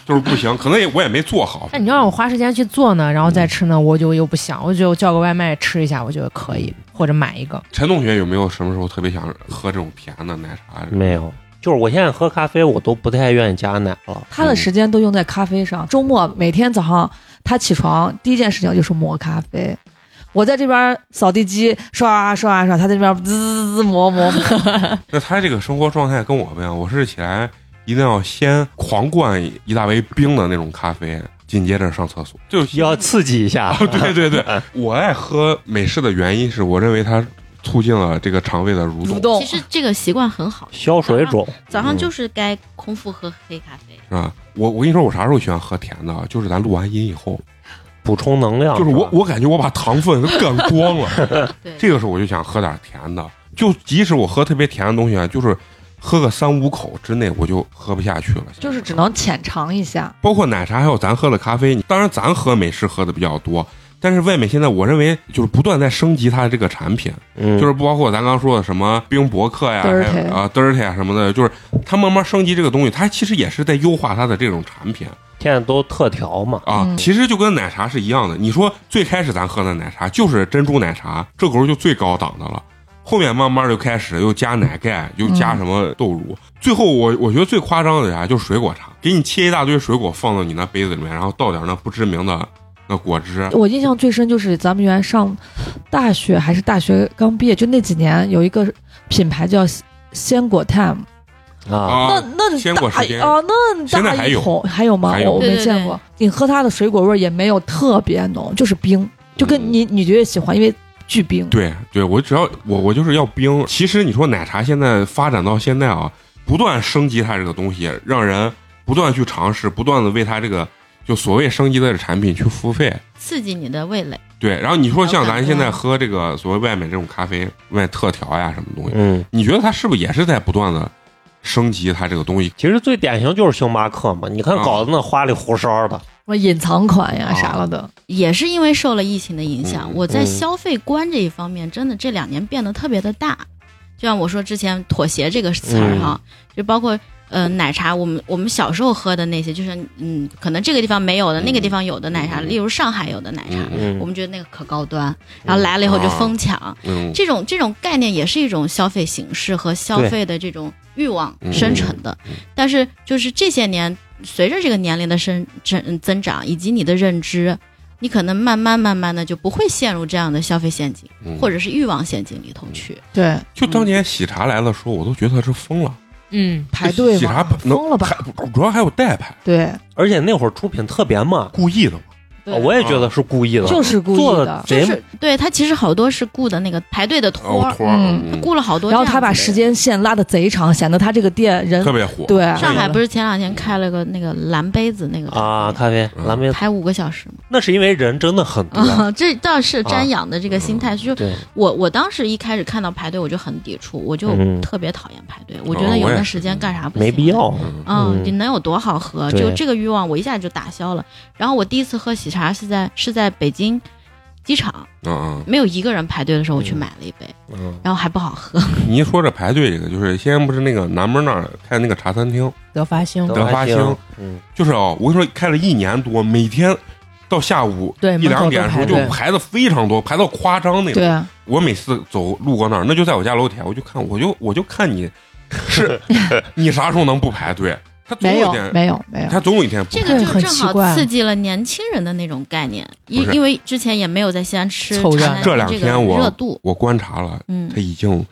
Speaker 1: 就是不行，可能也我也没做好
Speaker 3: 那。你要让我花时间去做呢，然后再吃呢，我就又不想。我觉得我叫个外卖吃一下，我觉得可以，或者买一个。
Speaker 1: 陈同学有没有什么时候特别想喝这种甜的奶茶？
Speaker 5: 没有。就是我现在喝咖啡，我都不太愿意加奶了。
Speaker 2: 他
Speaker 1: 嗯
Speaker 2: 的时间都用在咖啡上。周末每天早上他起床第一件事情就是磨咖啡。我在这边扫地机刷啊刷啊刷，他在这边滋滋滋磨磨磨。
Speaker 1: 那他这个生活状态跟我不一样，我是起来一定要先狂灌一大杯冰的那种咖啡，紧接着上厕所，就
Speaker 5: 要刺激一下，
Speaker 1: 哦， 对对对，我爱喝美式的原因是我认为它促进了这个肠胃的蠕动，
Speaker 2: 蠕动
Speaker 4: 其实这个习惯很好，
Speaker 5: 消水肿。
Speaker 4: 早
Speaker 1: 嗯
Speaker 4: 上就是该空腹喝黑咖啡。
Speaker 1: 是吧？我我跟你说，我啥时候喜欢喝甜的啊？就是咱录完音以后，
Speaker 5: 补充能量，
Speaker 1: 就是我
Speaker 5: 吧
Speaker 1: 我感觉我把糖分都干光了，
Speaker 4: 对，
Speaker 1: 这个时候我就想喝点甜的。就即使我喝特别甜的东西啊，就是喝个三五口之内我就喝不下去了，
Speaker 2: 就是只能浅尝一下。
Speaker 1: 包括奶茶，还有咱喝的咖啡。当然，咱喝美式喝的比较多，但是外面现在我认为就是不断在升级它的这个产品。
Speaker 5: 嗯
Speaker 1: 就是包括咱刚说的什么冰博客呀，还
Speaker 2: Dirty
Speaker 1: 有啊 dirty 呀什么的，就是它慢慢升级这个东西，它其实也是在优化它的这种产品
Speaker 5: 现在都特调嘛，
Speaker 1: 啊。
Speaker 2: 嗯
Speaker 1: 其实就跟奶茶是一样的。你说最开始咱喝的奶茶就是珍珠奶茶，这个时候就最高档的了。后面慢慢就开始又加奶盖，又加什么豆乳，最后我我觉得最夸张的是啥，就是水果茶，给你切一大堆水果放到你那杯子里面，然后倒点那不知名的那果汁，
Speaker 2: 我印象最深就是咱们原来上大学还是大学刚毕业，就那几年有一个品牌叫鲜果 time，
Speaker 5: 啊，
Speaker 1: 啊
Speaker 2: 那那你
Speaker 1: 鲜果时间
Speaker 2: 大哦，那你大
Speaker 1: 现在还有
Speaker 2: 一桶还有吗？
Speaker 1: 还有
Speaker 2: 我我
Speaker 4: 对
Speaker 2: 没
Speaker 4: 对
Speaker 2: 见
Speaker 4: 对
Speaker 2: 过。你喝它的水果味儿也没有特别浓，就是冰，就跟你你觉得喜欢，因为巨冰。
Speaker 1: 嗯对对，我只要我我就是要冰。其实你说奶茶现在发展到现在啊，不断升级它这个东西，让人不断去尝试，不断的为它这个就所谓升级的产品去付费。
Speaker 4: 刺激你的味蕾。
Speaker 1: 对，然后你说像
Speaker 4: 老板
Speaker 1: 咱
Speaker 4: 多
Speaker 1: 现
Speaker 2: 嗯
Speaker 1: 在喝这个所谓外面这种咖啡，外特调呀什么东西，
Speaker 5: 嗯，
Speaker 1: 你觉得它是不是也是在不断的升级它这个东西？
Speaker 5: 其实最典型就是星巴克嘛，你看
Speaker 1: 啊
Speaker 5: 搞的那花里胡哨的，
Speaker 2: 什么隐藏款
Speaker 1: 啊
Speaker 2: 呀啥了的，
Speaker 4: 也是因为受了疫情的影响，
Speaker 1: 嗯
Speaker 4: 我在
Speaker 5: 嗯
Speaker 4: 消费观这一方面，真的这两年变得特别的大。就像我说之前“妥协”这个词儿哈，
Speaker 1: 嗯
Speaker 4: 就包括呃奶茶，我们我们小时候喝的那些，就是嗯，可能这个地方没有的，
Speaker 1: 嗯
Speaker 4: 那个地方有的奶茶，
Speaker 1: 嗯
Speaker 4: 例如上海有的奶茶，
Speaker 1: 嗯
Speaker 4: 我
Speaker 5: 嗯，
Speaker 4: 们觉得那个可高端，然后来了以后就疯抢。
Speaker 1: 嗯，
Speaker 4: 这种这种概念也是一种消费形式和消费的这种欲望生成的，
Speaker 1: 嗯嗯
Speaker 4: 但是就是这些年随着这个年龄的生增增长以及你的认知，你可能慢慢慢慢的就不会陷入这样的消费陷阱、
Speaker 1: 嗯
Speaker 4: 或者是欲望陷阱里头去。
Speaker 2: 对，
Speaker 1: 就当年喜茶来的时候，我都觉得它是疯了，
Speaker 3: 嗯，
Speaker 2: 排队
Speaker 1: 喜茶
Speaker 2: 嘛，
Speaker 1: 能
Speaker 2: 疯了吧？
Speaker 1: 还主要还有代拍，
Speaker 2: 对，
Speaker 5: 嗯而且那会儿出品特别慢，
Speaker 1: 故意的嘛。
Speaker 2: 对
Speaker 5: 我也觉得是故意的，
Speaker 2: 就是故
Speaker 5: 做
Speaker 2: 意
Speaker 5: 的
Speaker 2: 的。
Speaker 5: 贼
Speaker 4: 就是对他其实好多是雇的那个排队的托
Speaker 1: 哦
Speaker 4: 儿，
Speaker 1: 托儿，
Speaker 2: 嗯
Speaker 1: 嗯
Speaker 4: 雇了好多这
Speaker 2: 然后
Speaker 4: 样子的人。
Speaker 2: 他把时间线拉的贼长，显得他这个店人
Speaker 1: 特别火。
Speaker 2: 对
Speaker 4: 上海不是前两天开了个那个蓝杯子那个
Speaker 5: 啊，
Speaker 4: 咖啡
Speaker 5: 咖啡
Speaker 1: 嗯
Speaker 5: 蓝莓，
Speaker 4: 排五个小时嘛，
Speaker 5: 那是因为人真的很多，
Speaker 4: 啊， 这倒是
Speaker 5: 啊
Speaker 4: 瞻仰的这个心态， 就
Speaker 5: 对，
Speaker 4: 我我当时一开始看到排队，我就很抵触，我就
Speaker 5: 嗯
Speaker 4: 特别讨厌排队。我觉得有
Speaker 1: 我也
Speaker 4: 那
Speaker 1: 是
Speaker 4: 时间干啥不行？
Speaker 5: 没必。要，
Speaker 1: 嗯
Speaker 4: 嗯，
Speaker 5: 嗯
Speaker 4: 你能有多好喝？
Speaker 5: 对
Speaker 4: 就这个欲望，我一下就打消了。然后我第一次喝喜茶是在是在北京机场，
Speaker 1: 嗯
Speaker 4: 没有一个人排队的时候，我去
Speaker 5: 嗯
Speaker 4: 买了一杯，
Speaker 5: 嗯，
Speaker 4: 然后还不好喝。
Speaker 1: 嗯，你一说这排队这个，就是先不是那个南门那儿开那个茶餐厅，
Speaker 3: 德发星
Speaker 1: 德发星
Speaker 5: 星，嗯，
Speaker 1: 就是哦，我跟你说开了一年多，每天到下午
Speaker 3: 对
Speaker 1: 一两点的时候
Speaker 3: 门口
Speaker 1: 就
Speaker 3: 都排
Speaker 1: 排
Speaker 3: 队
Speaker 1: 的非常多，排到夸张那种。
Speaker 3: 啊
Speaker 2: 对，
Speaker 1: 我每次走路过那儿，那就在我家楼底下，我就看，我就我就看 你是你啥时候能不排队？他总
Speaker 2: 没
Speaker 1: 有一
Speaker 2: 有
Speaker 1: 天，
Speaker 2: 没有没有，
Speaker 1: 他总有一天不
Speaker 4: 这
Speaker 1: 排
Speaker 4: 个
Speaker 1: 队。
Speaker 4: 就
Speaker 3: 很
Speaker 4: 正
Speaker 3: 奇
Speaker 4: 好
Speaker 3: 怪
Speaker 4: 刺激了年轻人的那种概念，因
Speaker 1: 不是
Speaker 4: 因为之前也没有在西安吃
Speaker 3: 凑热
Speaker 4: 茶
Speaker 3: 闹
Speaker 4: 餐
Speaker 1: 这
Speaker 4: 厅
Speaker 1: 两
Speaker 4: 这个
Speaker 1: 天我
Speaker 4: 热度，
Speaker 1: 我观察了，
Speaker 4: 嗯
Speaker 1: 他，已经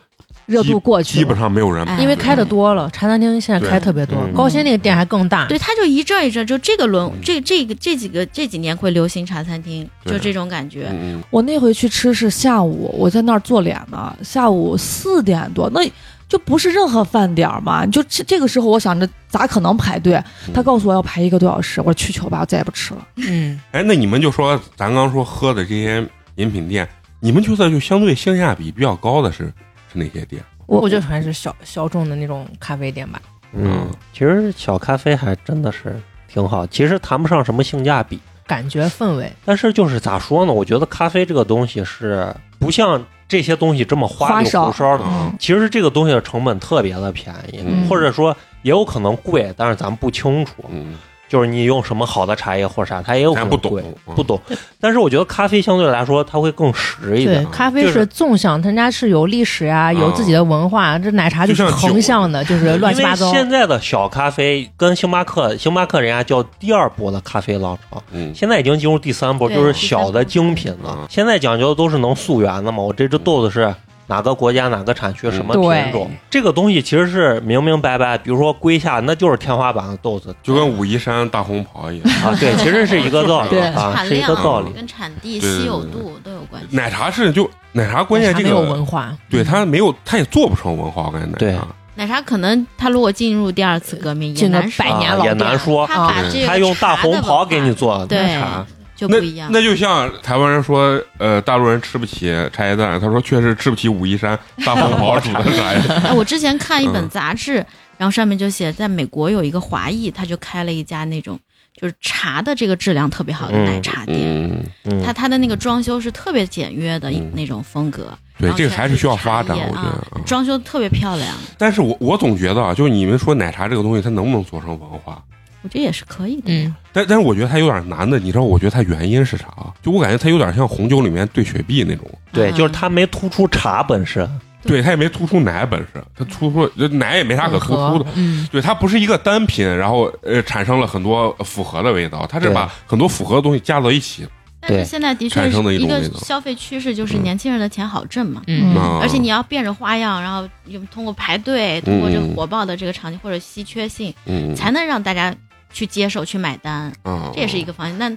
Speaker 2: 热度过
Speaker 1: 基
Speaker 2: 去
Speaker 1: 本
Speaker 2: 了，
Speaker 1: 上没有人排
Speaker 4: 哎
Speaker 1: 队，
Speaker 3: 因为开的多了，茶餐厅现在
Speaker 1: 对
Speaker 3: 开特别多
Speaker 5: 嗯，
Speaker 3: 高新那个店还更大。
Speaker 4: 对，他就一阵儿一阵儿，就这个轮
Speaker 1: 嗯，
Speaker 4: 这这个这几个这几年会流行茶餐厅，
Speaker 1: 对
Speaker 4: 就这种感觉。
Speaker 1: 嗯，嗯
Speaker 2: 我那回去吃是下午，我在那儿做脸呢，下午四点多，那就不是任何饭点儿嘛，你就这这个时候，我想着咋可能排队？
Speaker 1: 嗯
Speaker 2: 他告诉我要排一个多小时，我说去球吧，我再也不吃了。
Speaker 3: 嗯，
Speaker 1: 哎，那你们就说咱刚说喝的这些饮品店，你们觉得就相对性价比比较高的是是哪些店？
Speaker 2: 我
Speaker 3: 我觉得还是小小众的那种咖啡店吧。
Speaker 5: 嗯
Speaker 1: 嗯，
Speaker 5: 其实小咖啡还真的是挺好，其实谈不上什么性价比，
Speaker 3: 感觉氛围，
Speaker 5: 但是就是咋说呢？我觉得咖啡这个东西是不像这些东西这么花里
Speaker 2: 花哨
Speaker 5: 胡哨的，
Speaker 1: 嗯
Speaker 2: 嗯，
Speaker 5: 其实这个东西的成本特别的便宜，
Speaker 1: 嗯
Speaker 5: 或者说也有可能贵，但是咱们不清楚，
Speaker 1: 嗯，
Speaker 5: 就是你用什么好的茶叶或啥，它也有可
Speaker 1: 咱
Speaker 5: 能
Speaker 1: 不懂嗯
Speaker 5: 贵，不懂。但是我觉得咖啡相对来说它会更实一
Speaker 3: 对
Speaker 5: 点，，
Speaker 3: 咖啡
Speaker 5: 就是
Speaker 3: 是纵向，他人家是有历史啊，有自己的文化，这奶茶就是
Speaker 1: 就像酒
Speaker 3: 横向 的，就是乱
Speaker 5: 因
Speaker 3: 七
Speaker 5: 为
Speaker 3: 八糟。
Speaker 5: 现在的小咖啡跟星巴克，星巴克人家叫第二波的咖啡浪潮，
Speaker 1: 嗯，
Speaker 5: 现在已经进入第三波，
Speaker 4: 对
Speaker 5: 就是小的精品
Speaker 1: 嗯
Speaker 5: 了。现在讲究的都是能溯源的嘛，我这只豆子是哪个国家、哪个产区、
Speaker 1: 嗯
Speaker 5: 什么品种，这个东西其实是明明白白。比如说龟下，那就是天花板的豆子，
Speaker 1: 就跟武夷山大红袍 一样。
Speaker 5: 啊，对，其实是一个道理
Speaker 2: 对
Speaker 5: 啊，
Speaker 4: 产
Speaker 5: 是一
Speaker 4: 量
Speaker 5: 个道理。
Speaker 4: 跟产地
Speaker 1: 对对
Speaker 4: 稀
Speaker 1: 对
Speaker 4: 有
Speaker 1: 对
Speaker 4: 度都有关系。
Speaker 1: 奶茶是就奶茶，关键
Speaker 3: 奶茶
Speaker 1: 这
Speaker 3: 没有
Speaker 1: 个
Speaker 3: 文化，
Speaker 1: 对它没有，它也做不成文化。我感觉啊奶茶
Speaker 5: 对
Speaker 4: 奶茶可能他如果进入第二次革命，也
Speaker 3: 进了
Speaker 4: 难说
Speaker 3: 百年
Speaker 5: 啊
Speaker 3: 老
Speaker 5: 也
Speaker 3: 店
Speaker 5: 难说
Speaker 4: 他把这个
Speaker 5: 他用大红袍给你
Speaker 4: 茶的
Speaker 5: 做
Speaker 4: 对
Speaker 5: 奶茶，
Speaker 4: 文化就
Speaker 1: 那
Speaker 4: 不一样。
Speaker 1: 那就像台湾人说，呃，大陆人吃不起茶叶蛋，他说确实吃不起武夷山大红袍煮的茶叶 蛋。
Speaker 4: 哎，我之前看一本
Speaker 1: 嗯
Speaker 4: 杂志，然后上面就写，在美国有一个华裔，他就开了一家那种就是茶的这个质量特别好的
Speaker 5: 嗯
Speaker 4: 奶茶店。
Speaker 1: 嗯，
Speaker 5: 嗯
Speaker 4: 他他的那个装修是特别简约的一
Speaker 1: 嗯
Speaker 4: 那种风格，
Speaker 1: 对，
Speaker 4: 然后
Speaker 1: 这个
Speaker 4: 全
Speaker 1: 还
Speaker 4: 是
Speaker 1: 是需要
Speaker 4: 茶
Speaker 1: 发展，
Speaker 4: 叶
Speaker 1: 我觉得
Speaker 4: 啊。
Speaker 1: 嗯
Speaker 4: 装修特别漂亮，
Speaker 1: 但是我我总觉得啊，就是你们说奶茶这个东西，它能不能做成文化？
Speaker 4: 我觉得也是可以的。
Speaker 3: 嗯，
Speaker 1: 但但是我觉得它有点难的，你知道？我觉得它原因是啥啊？就我感觉它有点像红酒里面兑雪碧那种。
Speaker 5: 对，
Speaker 4: 嗯
Speaker 5: 就是他没突出茶本身，
Speaker 1: 对他也没突出奶本身，他突出这奶也没啥可突出的。
Speaker 3: 嗯，
Speaker 1: 对，它不是一个单品，然后呃产生了很多复合的味道，它是
Speaker 6: 对
Speaker 1: 把很多复合的东西加到一起。
Speaker 4: 但
Speaker 6: 对
Speaker 4: 是现在的确
Speaker 1: 产生的
Speaker 4: 是
Speaker 1: 一
Speaker 4: 一
Speaker 1: 种
Speaker 4: 个
Speaker 1: 味道嗯
Speaker 4: 消费趋势，就是年轻人的钱好挣嘛。
Speaker 3: 嗯
Speaker 1: 啊
Speaker 4: 而且你要变着花样，然后用通过排队，通过这个火爆的这个场景或者稀缺性，
Speaker 1: 嗯
Speaker 4: 才能让大家去接受、去买单，
Speaker 1: 啊，
Speaker 4: 这也是一个方向。那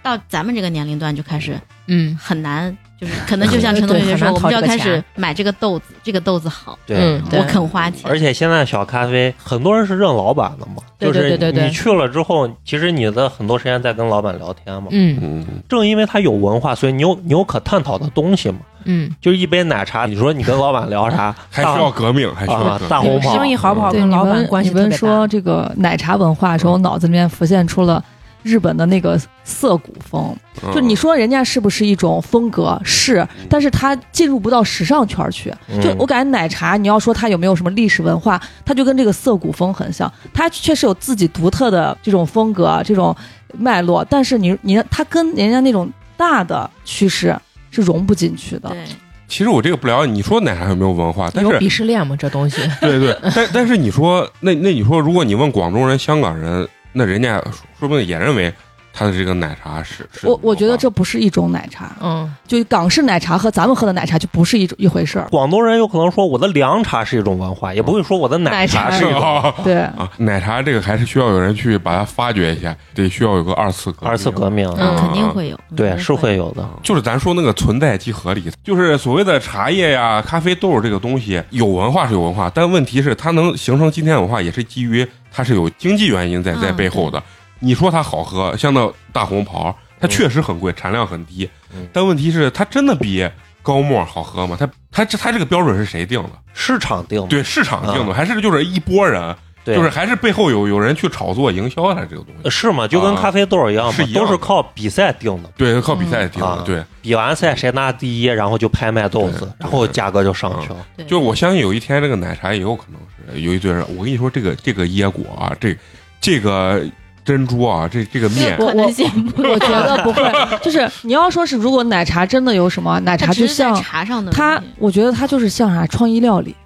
Speaker 4: 到咱们这个年龄段就开始
Speaker 3: 嗯
Speaker 4: 很难，就是可能就像陈同学
Speaker 3: 对很
Speaker 4: 说，
Speaker 3: 难
Speaker 4: 我们就要
Speaker 3: 讨这个
Speaker 4: 开
Speaker 3: 钱
Speaker 4: 始买这个豆子，这个豆子好，
Speaker 1: 嗯
Speaker 5: 嗯
Speaker 6: 对，
Speaker 4: 我肯花钱。
Speaker 5: 而且现在小咖啡很多人是认老板的嘛，
Speaker 3: 对对对对
Speaker 5: 就是
Speaker 3: 对
Speaker 5: 你去了之后，其实你的很多时间在跟老板聊天嘛。
Speaker 3: 嗯
Speaker 1: 嗯
Speaker 5: 正因为他有文化，所以你有你有可探讨的东西嘛。
Speaker 3: 嗯，
Speaker 5: 就是一杯奶茶，你说你跟老板聊啥？
Speaker 1: 还需要革命，还需要
Speaker 5: 啊
Speaker 1: 革命
Speaker 5: 大红袍
Speaker 3: 生意好不好
Speaker 2: 对，
Speaker 3: 跟
Speaker 2: 你
Speaker 3: 老板
Speaker 2: 们
Speaker 3: 关系
Speaker 2: 你
Speaker 3: 特
Speaker 2: 们
Speaker 3: 别
Speaker 2: 说
Speaker 3: 大。
Speaker 2: 这个奶茶文化的时候，我脑子里面浮现出了日本的那个涩谷风。
Speaker 1: 嗯
Speaker 2: 就你说人家是不是一种风格？是，但是它进入不到时尚圈儿去。
Speaker 5: 嗯
Speaker 4: 嗯
Speaker 2: 就我感觉奶茶，你要说它有没有什么历史文化，它就跟这个涩谷风很像，它确实有自己独特的这种风格、这种脉络，但是你你它跟人家那种大的趋势是融不进去的。
Speaker 4: 对，
Speaker 1: 其实我这个不了解，你说奶茶有没有文化？但
Speaker 3: 有
Speaker 1: 是
Speaker 3: 鄙视链吗？这 东西
Speaker 1: 对对，但但是你说那那你说，如果你问广州人、香港人，那人家说不定也认为他的这个奶茶是是
Speaker 2: 我我觉得这不是一种奶茶，
Speaker 3: 嗯，
Speaker 2: 就港式奶茶和咱们喝的奶茶就不是一种一回事儿。
Speaker 5: 广东人有可能说我的凉茶是一种文化，也不会说我的奶茶是一种
Speaker 1: 啊
Speaker 2: 对，
Speaker 1: 啊，奶茶这个还是需要有人去把它发掘一下，得需要有个二次革命
Speaker 5: 二次革命。啊
Speaker 1: 嗯
Speaker 4: 嗯，肯定会有，
Speaker 3: 嗯
Speaker 5: 对，
Speaker 4: 肯定
Speaker 5: 是
Speaker 4: 会
Speaker 5: 会
Speaker 4: 有。
Speaker 5: 有的。
Speaker 1: 就是咱说那个存在即合理，就是所谓的茶叶呀、咖啡豆这个东西，有文化是有文化，但问题是它能形成今天的文化，也是基于它是有经济原因在在
Speaker 4: 嗯
Speaker 1: 背后的。你说它好喝，像那大红袍，它确实很贵，产量很低，
Speaker 5: 嗯
Speaker 1: 但问题是它真的比高沫好喝吗？它它这它这个标准是谁定的？
Speaker 5: 市场定的，
Speaker 1: 对，市场定的，还是就是一波人，
Speaker 5: 嗯对
Speaker 1: 就是还是背后有有人去炒作营销啊它这个东西。
Speaker 5: 是嘛？就跟
Speaker 1: 啊
Speaker 5: 咖啡豆一样嘛，
Speaker 1: 是一样
Speaker 5: 都
Speaker 1: 的
Speaker 5: 是靠比赛定的。
Speaker 1: 对，靠比赛定的，
Speaker 5: 啊
Speaker 1: 对。
Speaker 5: 比完赛谁拿第一，然后就拍卖豆子
Speaker 1: 对，
Speaker 5: 然后价格就上去了。
Speaker 4: 对
Speaker 1: 就我相信有一天这个奶茶也有可能是有一堆人，我跟你说这个这个椰果啊，这这个珍珠啊，这这个
Speaker 4: 这
Speaker 1: 面
Speaker 4: 个可能性不
Speaker 2: 我觉得不会，就是你要说是如果奶茶真的有什么奶
Speaker 4: 它
Speaker 2: 茶，就
Speaker 4: 只是在
Speaker 2: 像
Speaker 4: 茶上的
Speaker 2: 它
Speaker 4: 问题，
Speaker 2: 我觉得它就是像啥创意料理，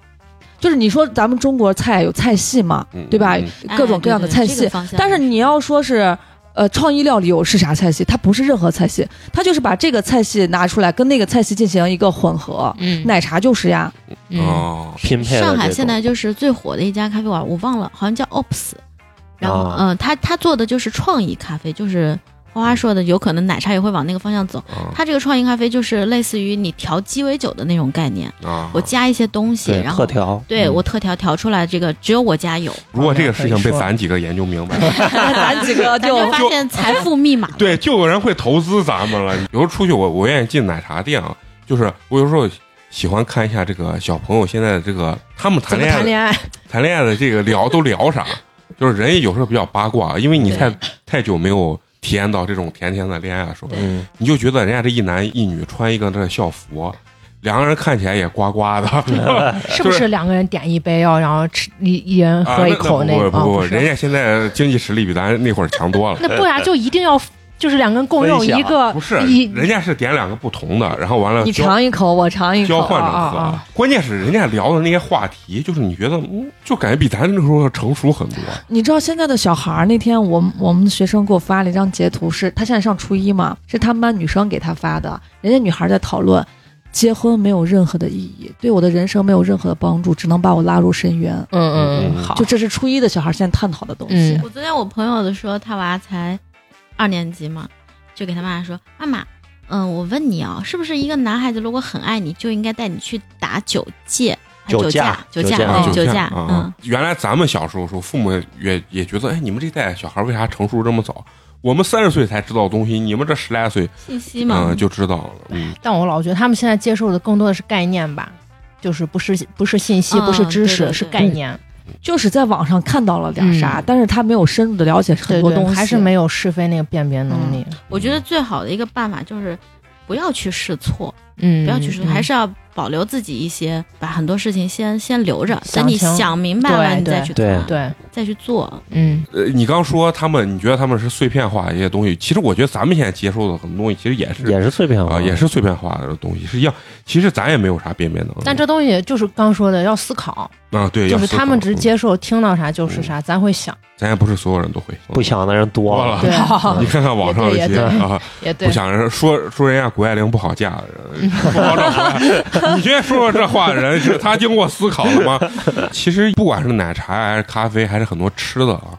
Speaker 2: 就是你说咱们中国菜有菜系嘛，
Speaker 1: 嗯
Speaker 2: 哎对吧
Speaker 1: 嗯？
Speaker 4: 哎
Speaker 2: 各种各样的菜系，但是你要说是。呃，创意料理有是啥菜系？它不是任何菜系，它就是把这个菜系拿出来跟那个菜系进行一个混合。
Speaker 3: 嗯
Speaker 2: 奶茶就是 呀，
Speaker 3: 嗯
Speaker 1: 哦，
Speaker 5: 拼配的
Speaker 4: 上海
Speaker 5: 这
Speaker 4: 现
Speaker 5: 种
Speaker 4: 在就是最火的一家咖啡馆，我忘了，好像叫 Ops。然后，
Speaker 5: 啊
Speaker 4: 嗯、他他做的就是创意咖啡，就是花花说的，有可能奶茶也会往那个方向走。
Speaker 1: 啊
Speaker 4: 他这个创意咖啡就是类似于你调鸡尾酒的那种概念，
Speaker 1: 啊！
Speaker 4: 我加一些东西，
Speaker 5: 对
Speaker 4: 然后
Speaker 5: 特调，
Speaker 4: 对
Speaker 5: 嗯
Speaker 4: 我特调调出来这个只有我家有，
Speaker 1: 如果这个事情被咱几个研究明白，
Speaker 2: 咱几个
Speaker 4: 咱
Speaker 2: 就
Speaker 4: 就发现财富密码了。
Speaker 1: 对，就有人会投资咱们了。有时候出去我我愿意进奶茶店啊，就是我有时候喜欢看一下这个小朋友现在的这个他们谈
Speaker 3: 怎么
Speaker 1: 恋爱
Speaker 3: 谈
Speaker 1: 的
Speaker 3: 恋爱？
Speaker 1: 谈恋爱的这个聊都聊啥？就是人也有时候比较八卦，因为你太太久没有体验到这种甜甜的恋爱的时候，
Speaker 5: 嗯，
Speaker 1: 你就觉得人家这一男一女穿一个这校服，两个人看起来也呱呱的，呃
Speaker 3: 是不是两个人点一杯药，然后吃一一人
Speaker 1: 啊
Speaker 3: 喝一口
Speaker 1: 那
Speaker 3: 个？
Speaker 1: 不
Speaker 3: 啊，
Speaker 1: 不不，
Speaker 3: 不
Speaker 1: 人
Speaker 3: 是，
Speaker 1: 家现呃在经济实力比咱那会儿强多了。
Speaker 3: 那不然就一定要就是两个人共用
Speaker 5: 分享
Speaker 3: 一个，
Speaker 1: 啊不是，
Speaker 3: 一
Speaker 1: 人家是点两个不同的，然后完了
Speaker 2: 你
Speaker 1: 交
Speaker 2: 尝一口，我尝一口
Speaker 1: 交，换着喝。
Speaker 3: 啊啊啊
Speaker 1: 关键是人家聊的那些话题，就是你觉得，嗯，就感觉比咱那时候要成熟很多。
Speaker 2: 你知道现在的小孩儿，那天我们我们学生给我发了一张截图，是他现在上初一嘛，是他们班女生给他发的，人家女孩儿在讨论，结婚没有任何的意义，对我的人生没有任何的帮助，只能把我拉入深渊。
Speaker 3: 嗯嗯嗯，好
Speaker 2: 就，这是初一的小孩儿现在探讨的东西。
Speaker 3: 嗯
Speaker 4: 我昨天我朋友的说，他娃才二年级嘛，就给他妈妈说：“妈妈，嗯，我问你啊，是不是一个男孩子如果很爱你，就应该带你去打九戒？啊
Speaker 5: 酒
Speaker 4: 驾，
Speaker 5: 驾
Speaker 4: 酒
Speaker 5: 酒
Speaker 4: 驾，
Speaker 5: 驾
Speaker 4: 嗯
Speaker 1: 啊
Speaker 4: 酒
Speaker 1: 酒
Speaker 4: 驾，
Speaker 1: 啊
Speaker 4: 嗯，
Speaker 1: 原来咱们小时候时候，父母也也觉得，哎，你们这代小孩为啥成熟这么早？我们三十岁才知道的东西，你们这十来岁，
Speaker 4: 信息嘛。
Speaker 1: 嗯，就知道了。嗯，
Speaker 3: 但我老觉得他们现在接受的更多的是概念吧，就是不是不是信息，
Speaker 4: 嗯
Speaker 3: 不是知识，
Speaker 4: 对对对
Speaker 3: 是概念，
Speaker 2: 就是在网上看到了点啥，
Speaker 3: 嗯
Speaker 2: 但是他没有深入的了解很
Speaker 3: 对
Speaker 2: 多
Speaker 3: 对
Speaker 2: 东西，
Speaker 3: 还是没有是非那个辨别能力。
Speaker 4: 我觉得最好的一个办法就是不要去试错，
Speaker 3: 嗯，
Speaker 4: 不要去试错，还是要保留自己一些，把很多事情先先留着，
Speaker 3: 想
Speaker 4: 等你
Speaker 3: 清
Speaker 4: 想明白了，
Speaker 3: 对
Speaker 4: 你再
Speaker 3: 对
Speaker 4: 去
Speaker 5: 对
Speaker 4: 看
Speaker 3: 对，
Speaker 4: 再去做。
Speaker 3: 嗯，
Speaker 1: 呃，你刚说他们，你觉得他们是碎片化的一些东西，其实我觉得咱们现在接受的很多东西，其实也是
Speaker 5: 也是碎片
Speaker 1: 啊、
Speaker 5: 化，
Speaker 3: 嗯
Speaker 1: 也是碎片化的东西，是一样。其实咱也没有啥辨别能力。
Speaker 3: 但这东西就是刚说的要思考，
Speaker 1: 啊，对，
Speaker 3: 就
Speaker 1: 要
Speaker 3: 是
Speaker 1: 思考
Speaker 3: 他们
Speaker 1: 嗯
Speaker 3: 只接受听到啥就是啥，咱会想，
Speaker 1: 咱也不是所有人都会。嗯
Speaker 5: 不想的人多了
Speaker 1: 啊。
Speaker 3: 对，
Speaker 1: 你看看网上那些
Speaker 3: 也对也
Speaker 1: 啊，
Speaker 3: 也对
Speaker 1: 不，想人说说人家谷爱凌不好嫁， 呃不好找回来你觉得说说这话的人是他经过思考了 吗？其实不管是奶茶还是咖啡，还是很多吃的啊，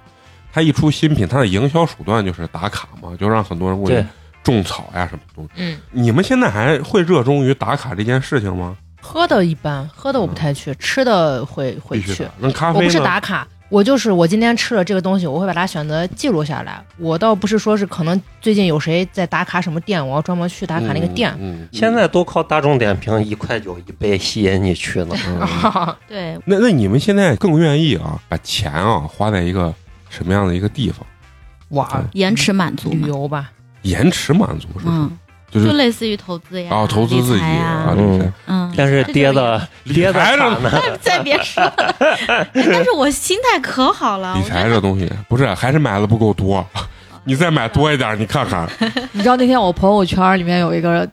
Speaker 1: 它一出新品，它的营销手段就是打卡嘛，就让很多人过去
Speaker 5: 对
Speaker 1: 种草呀什么东西。
Speaker 3: 嗯，
Speaker 1: 你们现在还会热衷于打卡这件事情吗？
Speaker 3: 喝的一般，喝的我不太去，吃的会会
Speaker 1: 必须
Speaker 3: 去
Speaker 1: 的。。那咖
Speaker 3: 我
Speaker 1: 啡
Speaker 3: 不是
Speaker 1: 呢？
Speaker 3: 打卡，我就是我今天吃了这个东西，我会把它选择记录下来。我倒不是说是可能最近有谁在打卡什么店，我要专门去打卡那个店。
Speaker 1: 嗯，嗯
Speaker 5: 现在都靠大众点评一块九一杯吸引你去呢。
Speaker 4: 对，
Speaker 1: 嗯那那你们现在更愿意啊，把钱啊花在一个什么样的一个地方？
Speaker 3: 哇，
Speaker 4: 延迟满
Speaker 1: 嗯
Speaker 4: 足
Speaker 3: 旅
Speaker 4: 嘛，
Speaker 3: 游吧，
Speaker 1: 延迟满足是不是？
Speaker 4: 嗯，
Speaker 1: 就是
Speaker 4: 就类似于投资呀，
Speaker 1: 啊，投资自
Speaker 4: 理
Speaker 1: 己
Speaker 4: 财
Speaker 1: 啊，
Speaker 4: 呀，
Speaker 1: 理财
Speaker 5: 嗯
Speaker 4: 嗯，
Speaker 5: 但是
Speaker 4: 这就
Speaker 5: 跌
Speaker 4: 是
Speaker 5: 的跌的
Speaker 1: 理财
Speaker 5: 惨呢，
Speaker 4: 再别说了，但是我心态可好了，
Speaker 3: 哦
Speaker 1: 理财这东西不是，还是买的不够 多，你再买多一点，你看看，
Speaker 2: 你知道那天我朋友圈里面有一个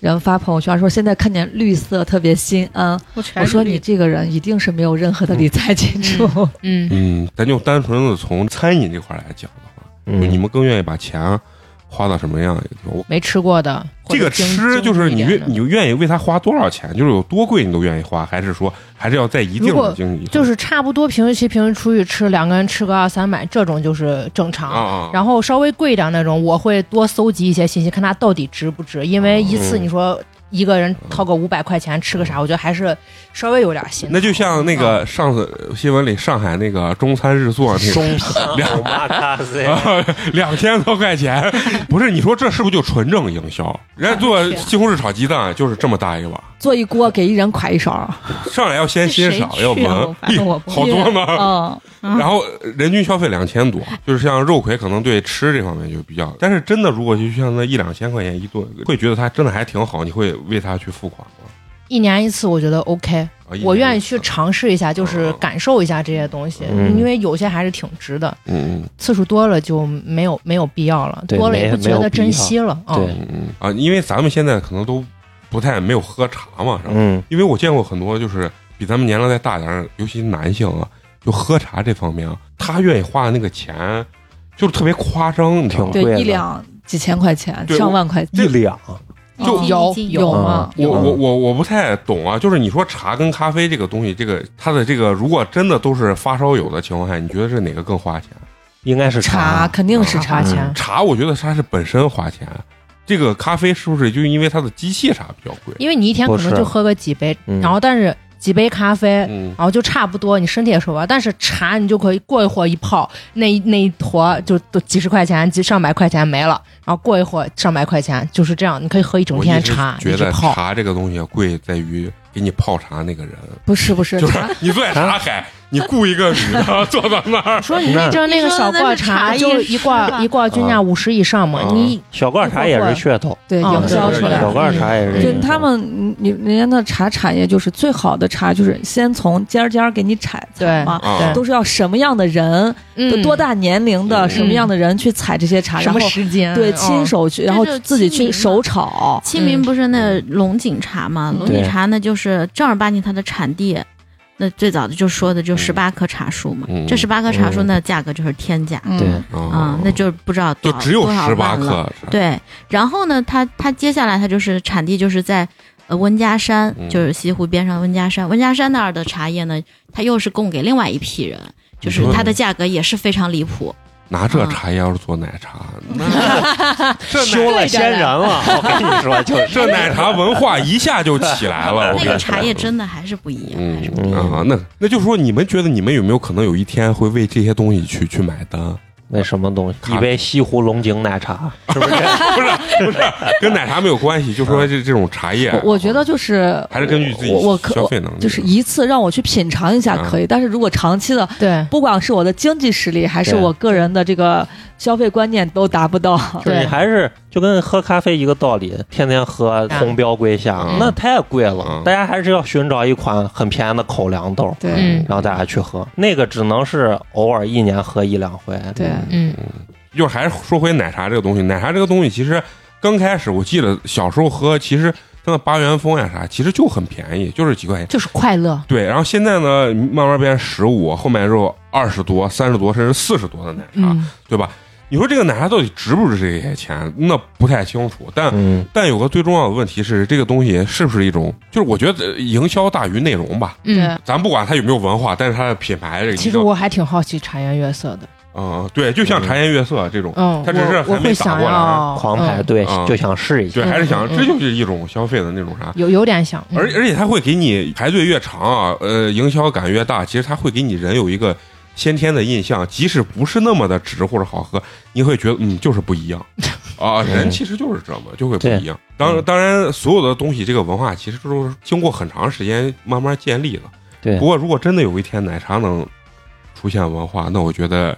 Speaker 2: 人发朋友圈说，现在看见绿色特别心安。
Speaker 4: 我全
Speaker 2: 我
Speaker 4: 是
Speaker 2: 说
Speaker 4: 绿
Speaker 2: 你这个人一定是没有任何的理财基础。
Speaker 3: 嗯，
Speaker 1: 嗯，咱就单纯的从餐饮这块来讲的话，就你
Speaker 5: 嗯，
Speaker 1: 们更愿意把钱花到什么样的一个地方？我
Speaker 3: 没吃过的。或
Speaker 1: 这
Speaker 3: 者
Speaker 1: 个
Speaker 3: 精
Speaker 1: 吃就是你
Speaker 3: 精致一点
Speaker 1: 愿
Speaker 3: 的
Speaker 1: 你愿意为它花多少钱，就是有多贵你都愿意花，还是说还是要在一定
Speaker 3: 如果
Speaker 1: 的经济
Speaker 3: 就是差不多平时去平时出去吃，两个人吃个二三百，这种就是正常。
Speaker 1: 啊啊，
Speaker 3: 然后稍微贵一点那种，我会多搜集一些信息，看它到底值不值。因
Speaker 5: 哦
Speaker 3: 为一次
Speaker 1: 嗯
Speaker 3: 你说一个人掏
Speaker 5: 嗯
Speaker 3: 个五百块钱吃个啥，我觉得还是稍微有点心疼。啊
Speaker 1: 那就像那个上次新闻里上海那个中餐日做那个。
Speaker 5: 中 餐
Speaker 1: 两啊
Speaker 5: omakase
Speaker 1: 两千多块钱，不是你说这是不是就纯正营销？人家
Speaker 3: 啊
Speaker 1: 做西红柿炒鸡蛋就是这么大一碗，
Speaker 2: 做一锅给一人㧟一勺，
Speaker 1: 上来要先欣赏，
Speaker 4: 这谁
Speaker 1: 要
Speaker 4: 去
Speaker 1: 闻，哎
Speaker 4: 啊反
Speaker 1: 咦
Speaker 4: 正我不
Speaker 1: 好多呢。
Speaker 2: 嗯，
Speaker 4: 嗯
Speaker 1: 然后呃人均消费两千 多，就是像肉葵可能对吃这方面就比较，但是真的如果就像那一两千块钱一顿，会觉得它真的还挺好，你会为它去付款吗？
Speaker 3: 一年一次，我觉得 OK，
Speaker 1: 啊，一
Speaker 3: 我
Speaker 1: 年
Speaker 3: 愿
Speaker 1: 一
Speaker 3: 意
Speaker 1: 次
Speaker 3: 去。尝试一下，就是感受一下这些东西，
Speaker 5: 嗯
Speaker 3: 因为有些还是挺值的。
Speaker 1: 嗯
Speaker 3: 次数多了就没有没有必要了，
Speaker 5: 对
Speaker 3: 多了也
Speaker 5: 没
Speaker 3: 不觉
Speaker 5: 没
Speaker 3: 得
Speaker 5: 有必
Speaker 3: 珍惜了。
Speaker 5: 要对
Speaker 1: 嗯嗯嗯啊，因为咱们现在可能都不太没有喝茶嘛，是吧？
Speaker 5: 嗯，
Speaker 1: 因为我见过很多就是比咱们年龄再大点儿，尤其男性啊，就喝茶这方面啊，他愿意花的那个钱，就是特别夸张，你知道吗？
Speaker 5: 挺贵
Speaker 2: 对，
Speaker 5: 的
Speaker 2: 一两几千块钱，
Speaker 1: 对
Speaker 2: 上万块钱，
Speaker 5: 一两
Speaker 1: 就
Speaker 3: 有
Speaker 4: 一斤一斤
Speaker 3: 有
Speaker 5: 嗯
Speaker 3: 吗？
Speaker 1: 我
Speaker 5: 有
Speaker 1: 我我我不太懂啊，就是你说茶跟咖啡这个东西，这个它的这个如果真的都是发烧友的情况下，你觉得是哪个更花钱？
Speaker 5: 应该是
Speaker 2: 茶肯定是
Speaker 3: 花
Speaker 2: 茶
Speaker 5: 嗯
Speaker 3: 钱。
Speaker 1: 茶我觉得它是本身花钱，这个咖啡是不是就因为它的机器茶比较贵？
Speaker 3: 因为你一天可能
Speaker 5: 不是
Speaker 3: 就喝个几杯，
Speaker 5: 嗯
Speaker 3: 然后但是几杯咖啡，
Speaker 1: 嗯，
Speaker 3: 然后就差不多，你身体也受不了。但是茶你就可以过一会儿一泡，那一那一坨就都几十块钱、几上百块钱没了，然后过一会儿上百块钱，就是这样，你可以喝一整
Speaker 1: 我
Speaker 3: 天
Speaker 1: 一直
Speaker 3: 茶，
Speaker 1: 觉
Speaker 3: 一直
Speaker 1: 得
Speaker 3: 泡。
Speaker 1: 茶这个东西贵在于给你泡茶那个人，
Speaker 2: 不是不是
Speaker 1: 就，是
Speaker 2: 茶
Speaker 1: 你坐在茶海，你雇一个女的坐到那儿，
Speaker 3: 说你那阵那个小罐茶啊
Speaker 4: 你
Speaker 3: 就
Speaker 4: 说的那是茶
Speaker 3: 一
Speaker 4: 意识吧
Speaker 3: 罐一罐均价五十以上嘛
Speaker 1: 啊，
Speaker 3: 你
Speaker 5: 嗯小罐茶也是噱头，
Speaker 2: 对
Speaker 3: 嗯
Speaker 2: 哦营销
Speaker 1: 对
Speaker 2: 出
Speaker 1: 对
Speaker 2: 来
Speaker 1: 对
Speaker 5: 小
Speaker 2: 的。
Speaker 5: 罐茶也是噱
Speaker 2: 对
Speaker 5: 头。
Speaker 2: 他们，你人家那茶产业就是最好的茶，就是先从尖儿尖儿给你采
Speaker 3: 对
Speaker 2: 采嘛，
Speaker 1: 啊
Speaker 2: 都是要什么样的人，
Speaker 3: 嗯
Speaker 2: 多大年龄的、
Speaker 1: 嗯
Speaker 2: 什么样的人去采这些茶，
Speaker 3: 什
Speaker 2: 然
Speaker 3: 么
Speaker 2: 后
Speaker 3: 时间
Speaker 2: 对
Speaker 3: 嗯
Speaker 2: 亲手去，然后
Speaker 4: 这就是
Speaker 2: 自己
Speaker 4: 亲
Speaker 2: 去
Speaker 4: 民嘛
Speaker 2: 手炒。
Speaker 4: 清
Speaker 1: 嗯
Speaker 4: 明不是那龙井茶吗？龙井茶那就是正儿八经它的产地，那最早的就说的就十八棵茶树嘛。
Speaker 1: 嗯哦
Speaker 4: 这十八棵茶树
Speaker 5: 嗯
Speaker 4: 那价格就是天价
Speaker 2: 嗯
Speaker 5: 对，
Speaker 4: 啊、那就是不知道
Speaker 1: 就
Speaker 4: 多
Speaker 1: 只有
Speaker 4: 多少
Speaker 1: 十八
Speaker 4: 万了。
Speaker 1: 克，
Speaker 4: 对，然后呢，它它接下来它就是产地就是在呃温家山，
Speaker 1: 嗯
Speaker 4: 就是西湖边上的温家山。温家山那儿的茶叶呢，它又是供给另外一批人，就是
Speaker 1: 你说
Speaker 4: 它的价格也是非常离谱。
Speaker 1: 拿这茶叶要是做奶茶，那这奶
Speaker 5: 修了仙人了，我跟你说，就是
Speaker 1: 这奶茶文化一下就起来了。我
Speaker 4: 那
Speaker 1: 跟
Speaker 4: 个
Speaker 1: 你说
Speaker 4: 茶叶真的还是不一样，还是不一样。
Speaker 1: 嗯啊，那那就说你们觉得你们有没有可能有一天会为这些东西去去买单？
Speaker 5: 那什么东西？
Speaker 1: 咖
Speaker 5: 一杯西湖龙井奶茶，是不是？
Speaker 1: 不是不是，跟奶茶没有关系，就说这这种茶叶，
Speaker 2: 我我觉得就是
Speaker 1: 还是根据自己
Speaker 2: 我我可
Speaker 1: 消费能力，
Speaker 2: 就是一次让我去品尝一下
Speaker 1: 嗯
Speaker 2: 可以，但是如果长期的，
Speaker 3: 对，
Speaker 2: 不管是我的经济实力还是
Speaker 5: 对
Speaker 2: 我个人的这个消费观念都达不到。
Speaker 5: 就是你
Speaker 3: 对
Speaker 5: 还是就跟喝咖啡一个道理，天天喝红标龟下
Speaker 1: 嗯，
Speaker 5: 那太贵了
Speaker 1: 嗯。
Speaker 5: 大家还是要寻找一款很便宜的口粮豆，
Speaker 2: 对，
Speaker 3: 嗯
Speaker 5: 然后大家去喝。那个只能是偶尔一年喝一两回。
Speaker 2: 对，
Speaker 3: 嗯
Speaker 1: 就还是说回奶茶这个东西，奶茶这个东西其实刚开始我记得小时候喝，其实真的八元风呀啥，其实就很便宜，就是几块钱。
Speaker 3: 就是快乐，
Speaker 1: 对，然后现在呢，慢慢变十五，后面就二十多、三十多，甚至四十多的奶茶，
Speaker 3: 嗯，
Speaker 1: 对吧？你说这个奶茶到底值不值这些钱？那不太清楚。但、
Speaker 5: 嗯，
Speaker 1: 但有个最重要的问题是，这个东西是不是一种，就是我觉得呃营销大于内容吧。
Speaker 3: 嗯。
Speaker 1: 咱不管它有没有文化，但是它的品牌这个，
Speaker 3: 其实我还挺好奇茶颜悦色的，
Speaker 1: 嗯，对，就像茶颜悦色这种，
Speaker 3: 嗯，
Speaker 1: 它只是
Speaker 3: 我我
Speaker 1: 还没
Speaker 3: 会
Speaker 1: 打
Speaker 3: 想
Speaker 1: 过来，
Speaker 3: 要
Speaker 5: 狂排
Speaker 3: 嗯
Speaker 5: 队
Speaker 1: 嗯
Speaker 5: 就想试一下。
Speaker 1: 对，还是想
Speaker 3: 嗯嗯
Speaker 1: 这就是一种消费的那种啥。
Speaker 3: 有有点想，嗯
Speaker 1: 而而且它会给你排队越长啊，呃，营销感越大，其实它会给你人有一个先天的印象，即使不是那么的值或者好喝，你会觉得嗯，就是不一样啊。人其实就是这么就会不一样。当
Speaker 5: 嗯
Speaker 1: 当然，所有的东西这个文化其实都是经过很长时间慢慢建立的。
Speaker 5: 对
Speaker 1: 不过如果真的有一天奶茶能出现文化，那我觉得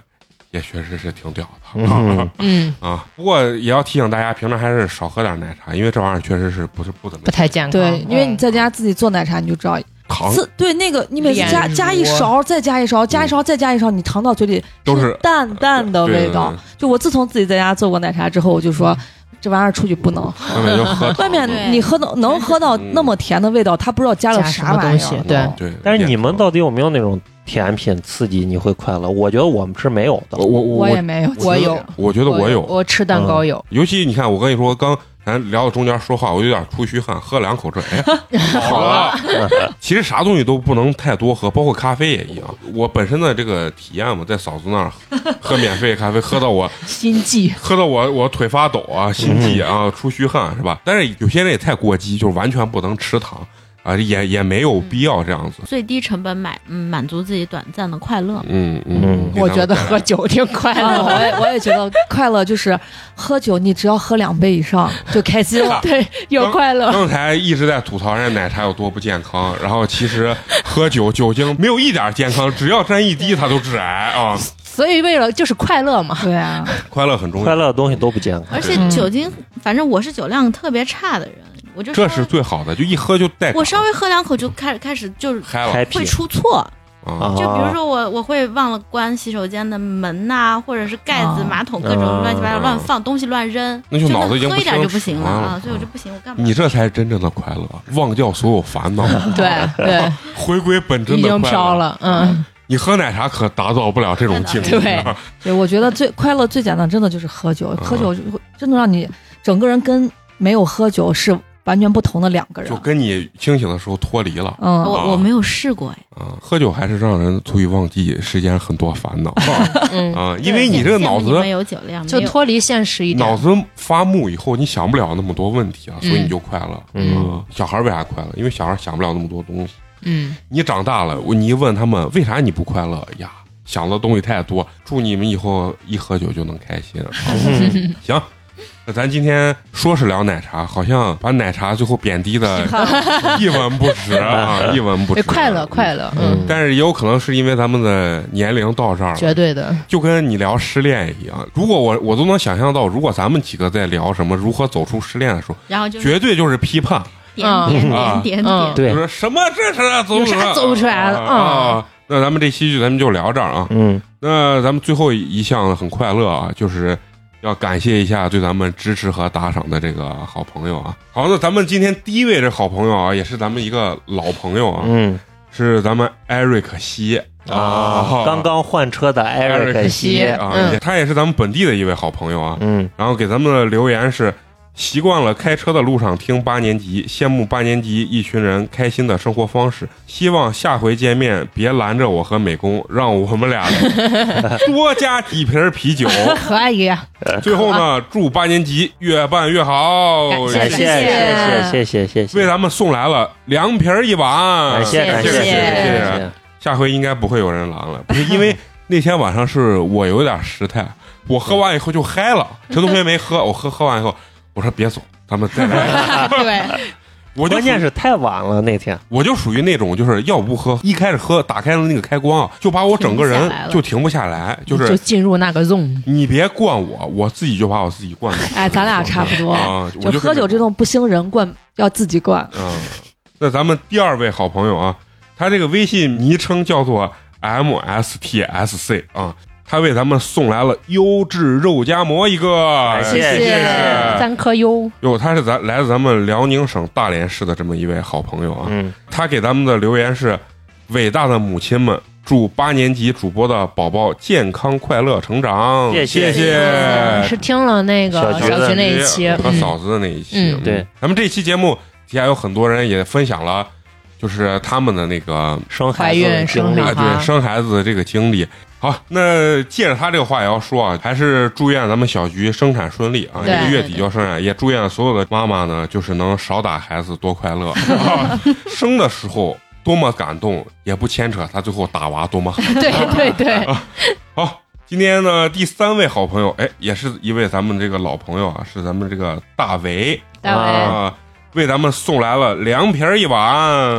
Speaker 1: 也确实是挺屌的。
Speaker 5: 嗯
Speaker 3: 嗯，
Speaker 1: 啊，不过也要提醒大家，平常还是少喝点奶茶，因为这玩意儿确实是不是不怎么
Speaker 3: 不太健康，
Speaker 2: 对，因为你
Speaker 3: 嗯
Speaker 2: 在家自己做奶茶，你就知道
Speaker 1: 扛，
Speaker 2: 自对那个你每次
Speaker 3: 炼
Speaker 2: 加
Speaker 3: 乳
Speaker 2: 加一勺，再加一勺，加一勺再加一勺，你尝到嘴里
Speaker 1: 都是呃
Speaker 2: 是淡淡的
Speaker 1: 对
Speaker 2: 味道。。就我自从自己在家做过奶茶之后，我就说这玩意儿出去不能，
Speaker 1: 对对对外面就喝
Speaker 2: 外
Speaker 4: 对
Speaker 2: 面你喝到能喝到那么甜的味道，他不知道加了
Speaker 3: 加什
Speaker 2: 啥
Speaker 3: 么
Speaker 2: 玩
Speaker 3: 东
Speaker 2: 意儿
Speaker 3: 西。对
Speaker 1: 对，
Speaker 5: 但是你们到底有没有那种甜品刺激你会快乐？我觉得我们是没有的
Speaker 1: 我。我我
Speaker 3: 也没有，我有，
Speaker 1: 我觉得我有，嗯
Speaker 3: 我吃蛋糕有，
Speaker 1: 尤其你看，我跟你说，刚咱聊到中间说话，我有点出虚汗，喝两口这，哎，好了。其实啥东西都不能太多喝，包括咖啡也一样。我本身的这个体验嘛，在嫂子那儿喝免费咖啡，喝到我
Speaker 3: 心悸，
Speaker 1: 喝到我我腿发抖
Speaker 5: 嗯
Speaker 1: 啊，心悸啊，出虚汗是吧？但是有些人也太过激，就是完全不能吃糖啊，也也没有必要这样子。
Speaker 4: 最低成本买，嗯，满足自己短暂的快乐。
Speaker 1: 嗯
Speaker 5: 嗯
Speaker 1: 嗯，。
Speaker 3: 我觉得喝酒挺快
Speaker 2: 啊，
Speaker 3: 乐
Speaker 4: 哦
Speaker 2: 我
Speaker 3: 的。
Speaker 2: 也我也觉得快乐就是喝酒，你只要喝两杯以上就开心了
Speaker 3: 对，有快 乐，
Speaker 1: 刚才一直在吐槽人家奶茶有多不健康，然后其实喝酒酒精 没有一点健康，只要沾一滴它都致癌啊！
Speaker 3: 所以为了就是快乐嘛。
Speaker 2: 对啊，
Speaker 1: 快乐很重
Speaker 5: 快
Speaker 1: 要，
Speaker 5: 乐的东西都不健康
Speaker 4: 而。且
Speaker 3: 嗯
Speaker 4: 酒精，反正我是酒量特别差的人，我就稍
Speaker 1: 这
Speaker 4: 微
Speaker 1: 是最好的，就一喝就带感
Speaker 4: 我稍微喝两口就开始开始就是
Speaker 1: 嗨了
Speaker 5: 开
Speaker 4: 会
Speaker 5: 辟
Speaker 4: 出错，
Speaker 1: 啊！
Speaker 4: 就比如说我我会忘了关洗手间的门呐、或者是盖子、
Speaker 2: 啊
Speaker 4: 马桶各种乱七八糟
Speaker 1: 嗯
Speaker 4: 乱放东西乱扔，
Speaker 1: 那就脑子已经
Speaker 4: 真的喝
Speaker 1: 不
Speaker 4: 一点
Speaker 1: 清
Speaker 4: 就不行了
Speaker 1: 楚了
Speaker 4: 啊，所以我就不行，我干嘛？
Speaker 1: 你这才是真正的快乐，忘掉所有烦恼，
Speaker 4: 嗯
Speaker 3: 对对，
Speaker 1: 回归本真
Speaker 3: 已
Speaker 1: 的
Speaker 3: 经
Speaker 1: 快
Speaker 3: 飘
Speaker 1: 乐。
Speaker 3: 了，嗯，
Speaker 1: 你喝奶茶可达到不了这种境界。
Speaker 3: 对
Speaker 2: 对，我觉得最快乐最简单，真的就是喝酒。喝酒就会真的让你整个人跟没有喝酒是完全不同的两个 人
Speaker 1: 就。跟你清醒的时候脱离了
Speaker 2: 嗯，
Speaker 1: 啊
Speaker 4: 我我没有试过哎，
Speaker 1: 啊！喝酒还是让人足以忘记世间很多烦恼
Speaker 3: 嗯
Speaker 1: 啊，因为你这个脑
Speaker 4: 羡慕你
Speaker 1: 子
Speaker 4: 们有酒量，
Speaker 3: 就
Speaker 4: 没有
Speaker 3: 脱离现实一
Speaker 1: 脑
Speaker 3: 点。
Speaker 1: 子发木以后，你想不了那么多问题啊，所以
Speaker 3: 嗯
Speaker 1: 你就快乐。
Speaker 5: 嗯，
Speaker 1: 小孩为啥快乐？因为小孩想不了那么多东西。
Speaker 3: 嗯，
Speaker 1: 你长大了，我你一问他们为啥你不快乐呀？想的东西太多。祝你们以后一喝酒就能开 心。行，那咱今天说是聊奶茶，好像把奶茶最后贬低 的一文不值啊，一文不值。
Speaker 3: 哎快乐快
Speaker 1: 乐。
Speaker 3: 乐，嗯，
Speaker 1: 但是也有可能是因为咱们的年龄到这儿了，
Speaker 3: 绝对的，
Speaker 1: 就跟你聊失恋一样，如果我我都能想象到，如果咱们几个在聊什么如何走出失恋的时候，
Speaker 4: 然后就是
Speaker 1: 绝对就是批判，
Speaker 4: 点
Speaker 3: 嗯
Speaker 4: 点
Speaker 1: 啊
Speaker 4: 点点
Speaker 3: 嗯
Speaker 4: 点，
Speaker 1: 就
Speaker 5: 对，
Speaker 1: 是什么这是啊走不
Speaker 3: 有
Speaker 1: 出来
Speaker 3: 啥走不出来了
Speaker 1: 啊啊！那咱们这期就咱们就聊这儿啊。
Speaker 5: 嗯，
Speaker 1: 那咱们最后一项很快乐啊，就是要感谢一下对咱们支持和打赏的这个好朋友啊。好，那咱们今天第一位这好朋友啊，也是咱们一个老朋友啊，
Speaker 5: 嗯
Speaker 1: 是咱们艾瑞克西
Speaker 5: 啊，刚刚换车的艾瑞克西，
Speaker 1: 啊，
Speaker 3: 嗯
Speaker 1: 也他也是咱们本地的一位好朋友啊。
Speaker 5: 嗯，
Speaker 1: 然后给咱们的留言是：习惯了开车的路上听八年级，羡慕八年级一群人开心的生活方式。希望下回见面别拦着我和美工，让我们 俩多加几瓶啤酒。
Speaker 3: 可以，
Speaker 1: 最后呢，祝八年级越办越好。
Speaker 5: 感谢谢谢谢谢谢谢，
Speaker 1: 为咱们送来了凉皮儿一碗，
Speaker 5: 感谢感
Speaker 1: 谢谢
Speaker 5: 谢谢
Speaker 1: 下回应该不会有人拦了，不是因为那天晚上是我有点失态，我喝完以后就嗨了。陈同学没喝，我喝喝完以后，我说别走，咱们再来。
Speaker 4: 对，
Speaker 1: 我就
Speaker 5: 关键是太晚了那天，
Speaker 1: 我就属于那种就是要不喝，一开始喝打开了那个开关啊，就把我整个
Speaker 4: 停不
Speaker 1: 人
Speaker 4: 下来了
Speaker 1: 就停不下来，就是
Speaker 3: 就进入那个 zone。
Speaker 1: 你别灌我，我自己就把我自己灌死。
Speaker 2: 哎，咱俩差不多。
Speaker 1: 啊，我
Speaker 2: 就喝酒这种不兴人灌，要自己灌。
Speaker 1: 嗯，那咱们第二位好朋友啊，他这个微信昵称叫做 MSTSC 啊，他为咱们送来了优质肉夹馍一个，
Speaker 5: 感谢
Speaker 1: 谢
Speaker 5: 谢
Speaker 1: 谢
Speaker 3: 三颗优，
Speaker 1: 哟，他是咱来自咱们辽宁省大连市的这么一位好朋友啊，
Speaker 5: 嗯，
Speaker 1: 他给咱们的留言是：伟大的母亲们。祝八年级主播的宝宝健康快乐成长！
Speaker 5: 谢
Speaker 1: 谢
Speaker 5: 谢
Speaker 1: 哎
Speaker 3: 是听了那个
Speaker 5: 小菊
Speaker 3: 小
Speaker 5: 的
Speaker 3: 菊那一期，
Speaker 1: 和
Speaker 3: 嗯
Speaker 1: 嫂子的那一期。
Speaker 3: 嗯
Speaker 5: 对，
Speaker 1: 咱们这期节目底下有很多人也分享了，就是他们的那个
Speaker 5: 生
Speaker 3: 怀
Speaker 5: 孩子
Speaker 3: 孕
Speaker 5: 的
Speaker 3: 生
Speaker 5: 经历
Speaker 3: 小
Speaker 1: 啊，
Speaker 3: 孩
Speaker 1: 对，生孩子的这个经历。好，那借着他这个话也要说啊，还是祝愿咱们小菊生产顺利啊，这
Speaker 3: 对
Speaker 1: 个月底就要生产，也祝愿所有的妈妈呢，就是能少打孩子，多快 乐。 啊生的时候多么感动，也不牵扯他最后打娃多么狠。
Speaker 3: 对对对，
Speaker 1: 好，今天呢，第三位好朋友，哎，也是一位咱们这个老朋友啊，是咱们这个大为
Speaker 3: 大
Speaker 5: 啊
Speaker 3: 伟，
Speaker 1: 啊，为咱们送来了凉皮儿一碗，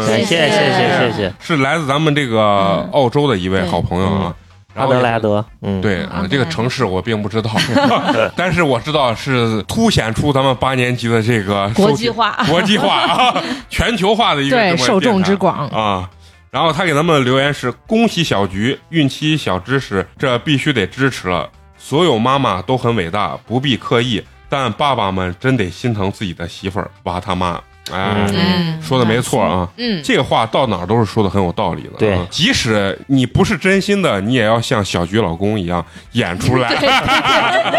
Speaker 5: 感谢谢谢谢
Speaker 4: 谢
Speaker 5: 谢
Speaker 1: 是来自咱们这个
Speaker 4: 嗯
Speaker 1: 澳洲的一位好朋友啊
Speaker 5: 嗯，
Speaker 1: 然
Speaker 5: 阿
Speaker 1: 后
Speaker 5: 德
Speaker 1: 也是
Speaker 5: 莱德，嗯，
Speaker 1: 对
Speaker 4: 阿德莱
Speaker 1: 啊
Speaker 4: 德，
Speaker 1: 这个城市我并不知道， 但是我知道是凸显出咱们八年级的这个 收
Speaker 2: 国
Speaker 1: 听
Speaker 2: 际化，
Speaker 1: 国际化啊，全球化的一个这么
Speaker 3: 对
Speaker 1: 一个
Speaker 3: 受众之
Speaker 1: 电
Speaker 3: 广
Speaker 1: 台，啊。然后他给咱们的留言是：恭喜小菊，孕期小知识，这必须得支持了。所有妈妈都很伟大，不必刻意，但爸爸们真得心疼自己的媳妇儿，哇他妈！哎，
Speaker 5: 嗯
Speaker 4: 嗯
Speaker 1: 说的没错啊。
Speaker 3: 嗯，
Speaker 1: 这个话到哪儿都是说的很有道理的。
Speaker 5: 对
Speaker 1: 啊即使你不是真心的，你也要像小菊老公一样演出来。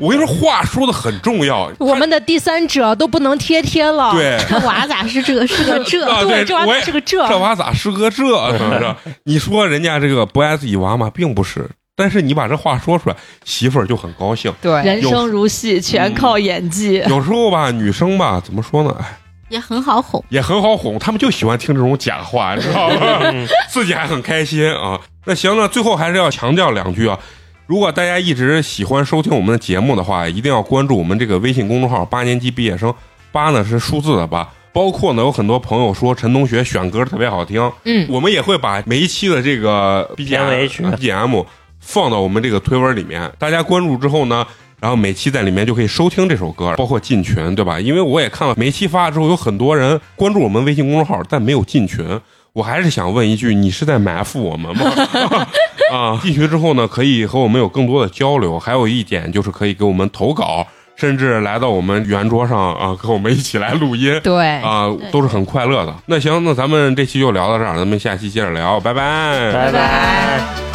Speaker 1: 我跟你说，话说的很重要。
Speaker 3: 我们的第三者都不能贴贴了，
Speaker 1: 对，
Speaker 4: 这娃咋是这个是个这？
Speaker 1: 啊对
Speaker 3: 对，这玩意
Speaker 1: 我也
Speaker 3: 儿是个这，
Speaker 1: 这娃咋是个这？怎么着？你说人家这个不爱自己娃吗？并不是。但是你把这话说出来，媳妇儿就很高兴。
Speaker 3: 对，
Speaker 2: 人生如戏，全靠演技。
Speaker 1: 有时候吧，女生吧，怎么说呢？哎，
Speaker 4: 也很好哄。
Speaker 1: 也很好哄，他们就喜欢听这种假话，你知道吗？
Speaker 5: 嗯
Speaker 1: 自己还很开心啊。那行呢，最后还是要强调两句啊。如果大家一直喜欢收听我们的节目的话，一定要关注我们这个微信公众号“八年级毕业生”，八呢是数字的八。包括呢，有很多朋友说陈同学选歌特别好听，
Speaker 3: 嗯
Speaker 1: 我们也会把每一期的这个 B G
Speaker 5: 片
Speaker 1: M 啊
Speaker 5: 尾曲
Speaker 1: B G M 放到我们这个推文里面。大家关注之后呢，然后每期在里面就可以收听这首歌，包括进群，对吧？因为我也看了每一期发了之后，有很多人关注我们微信公众号，但没有进群。我还是想问一句，你是在埋伏我们吗？啊，进群之后呢，可以和我们有更多的交流。还有一点就是可以给我们投稿，甚至来到我们圆桌上啊，和我们一起来录音。
Speaker 3: 对，
Speaker 1: 啊、
Speaker 4: 对
Speaker 1: 都是很快乐的。那行，那咱们这期就聊到这儿，咱们下期接着聊，拜拜
Speaker 5: 拜拜。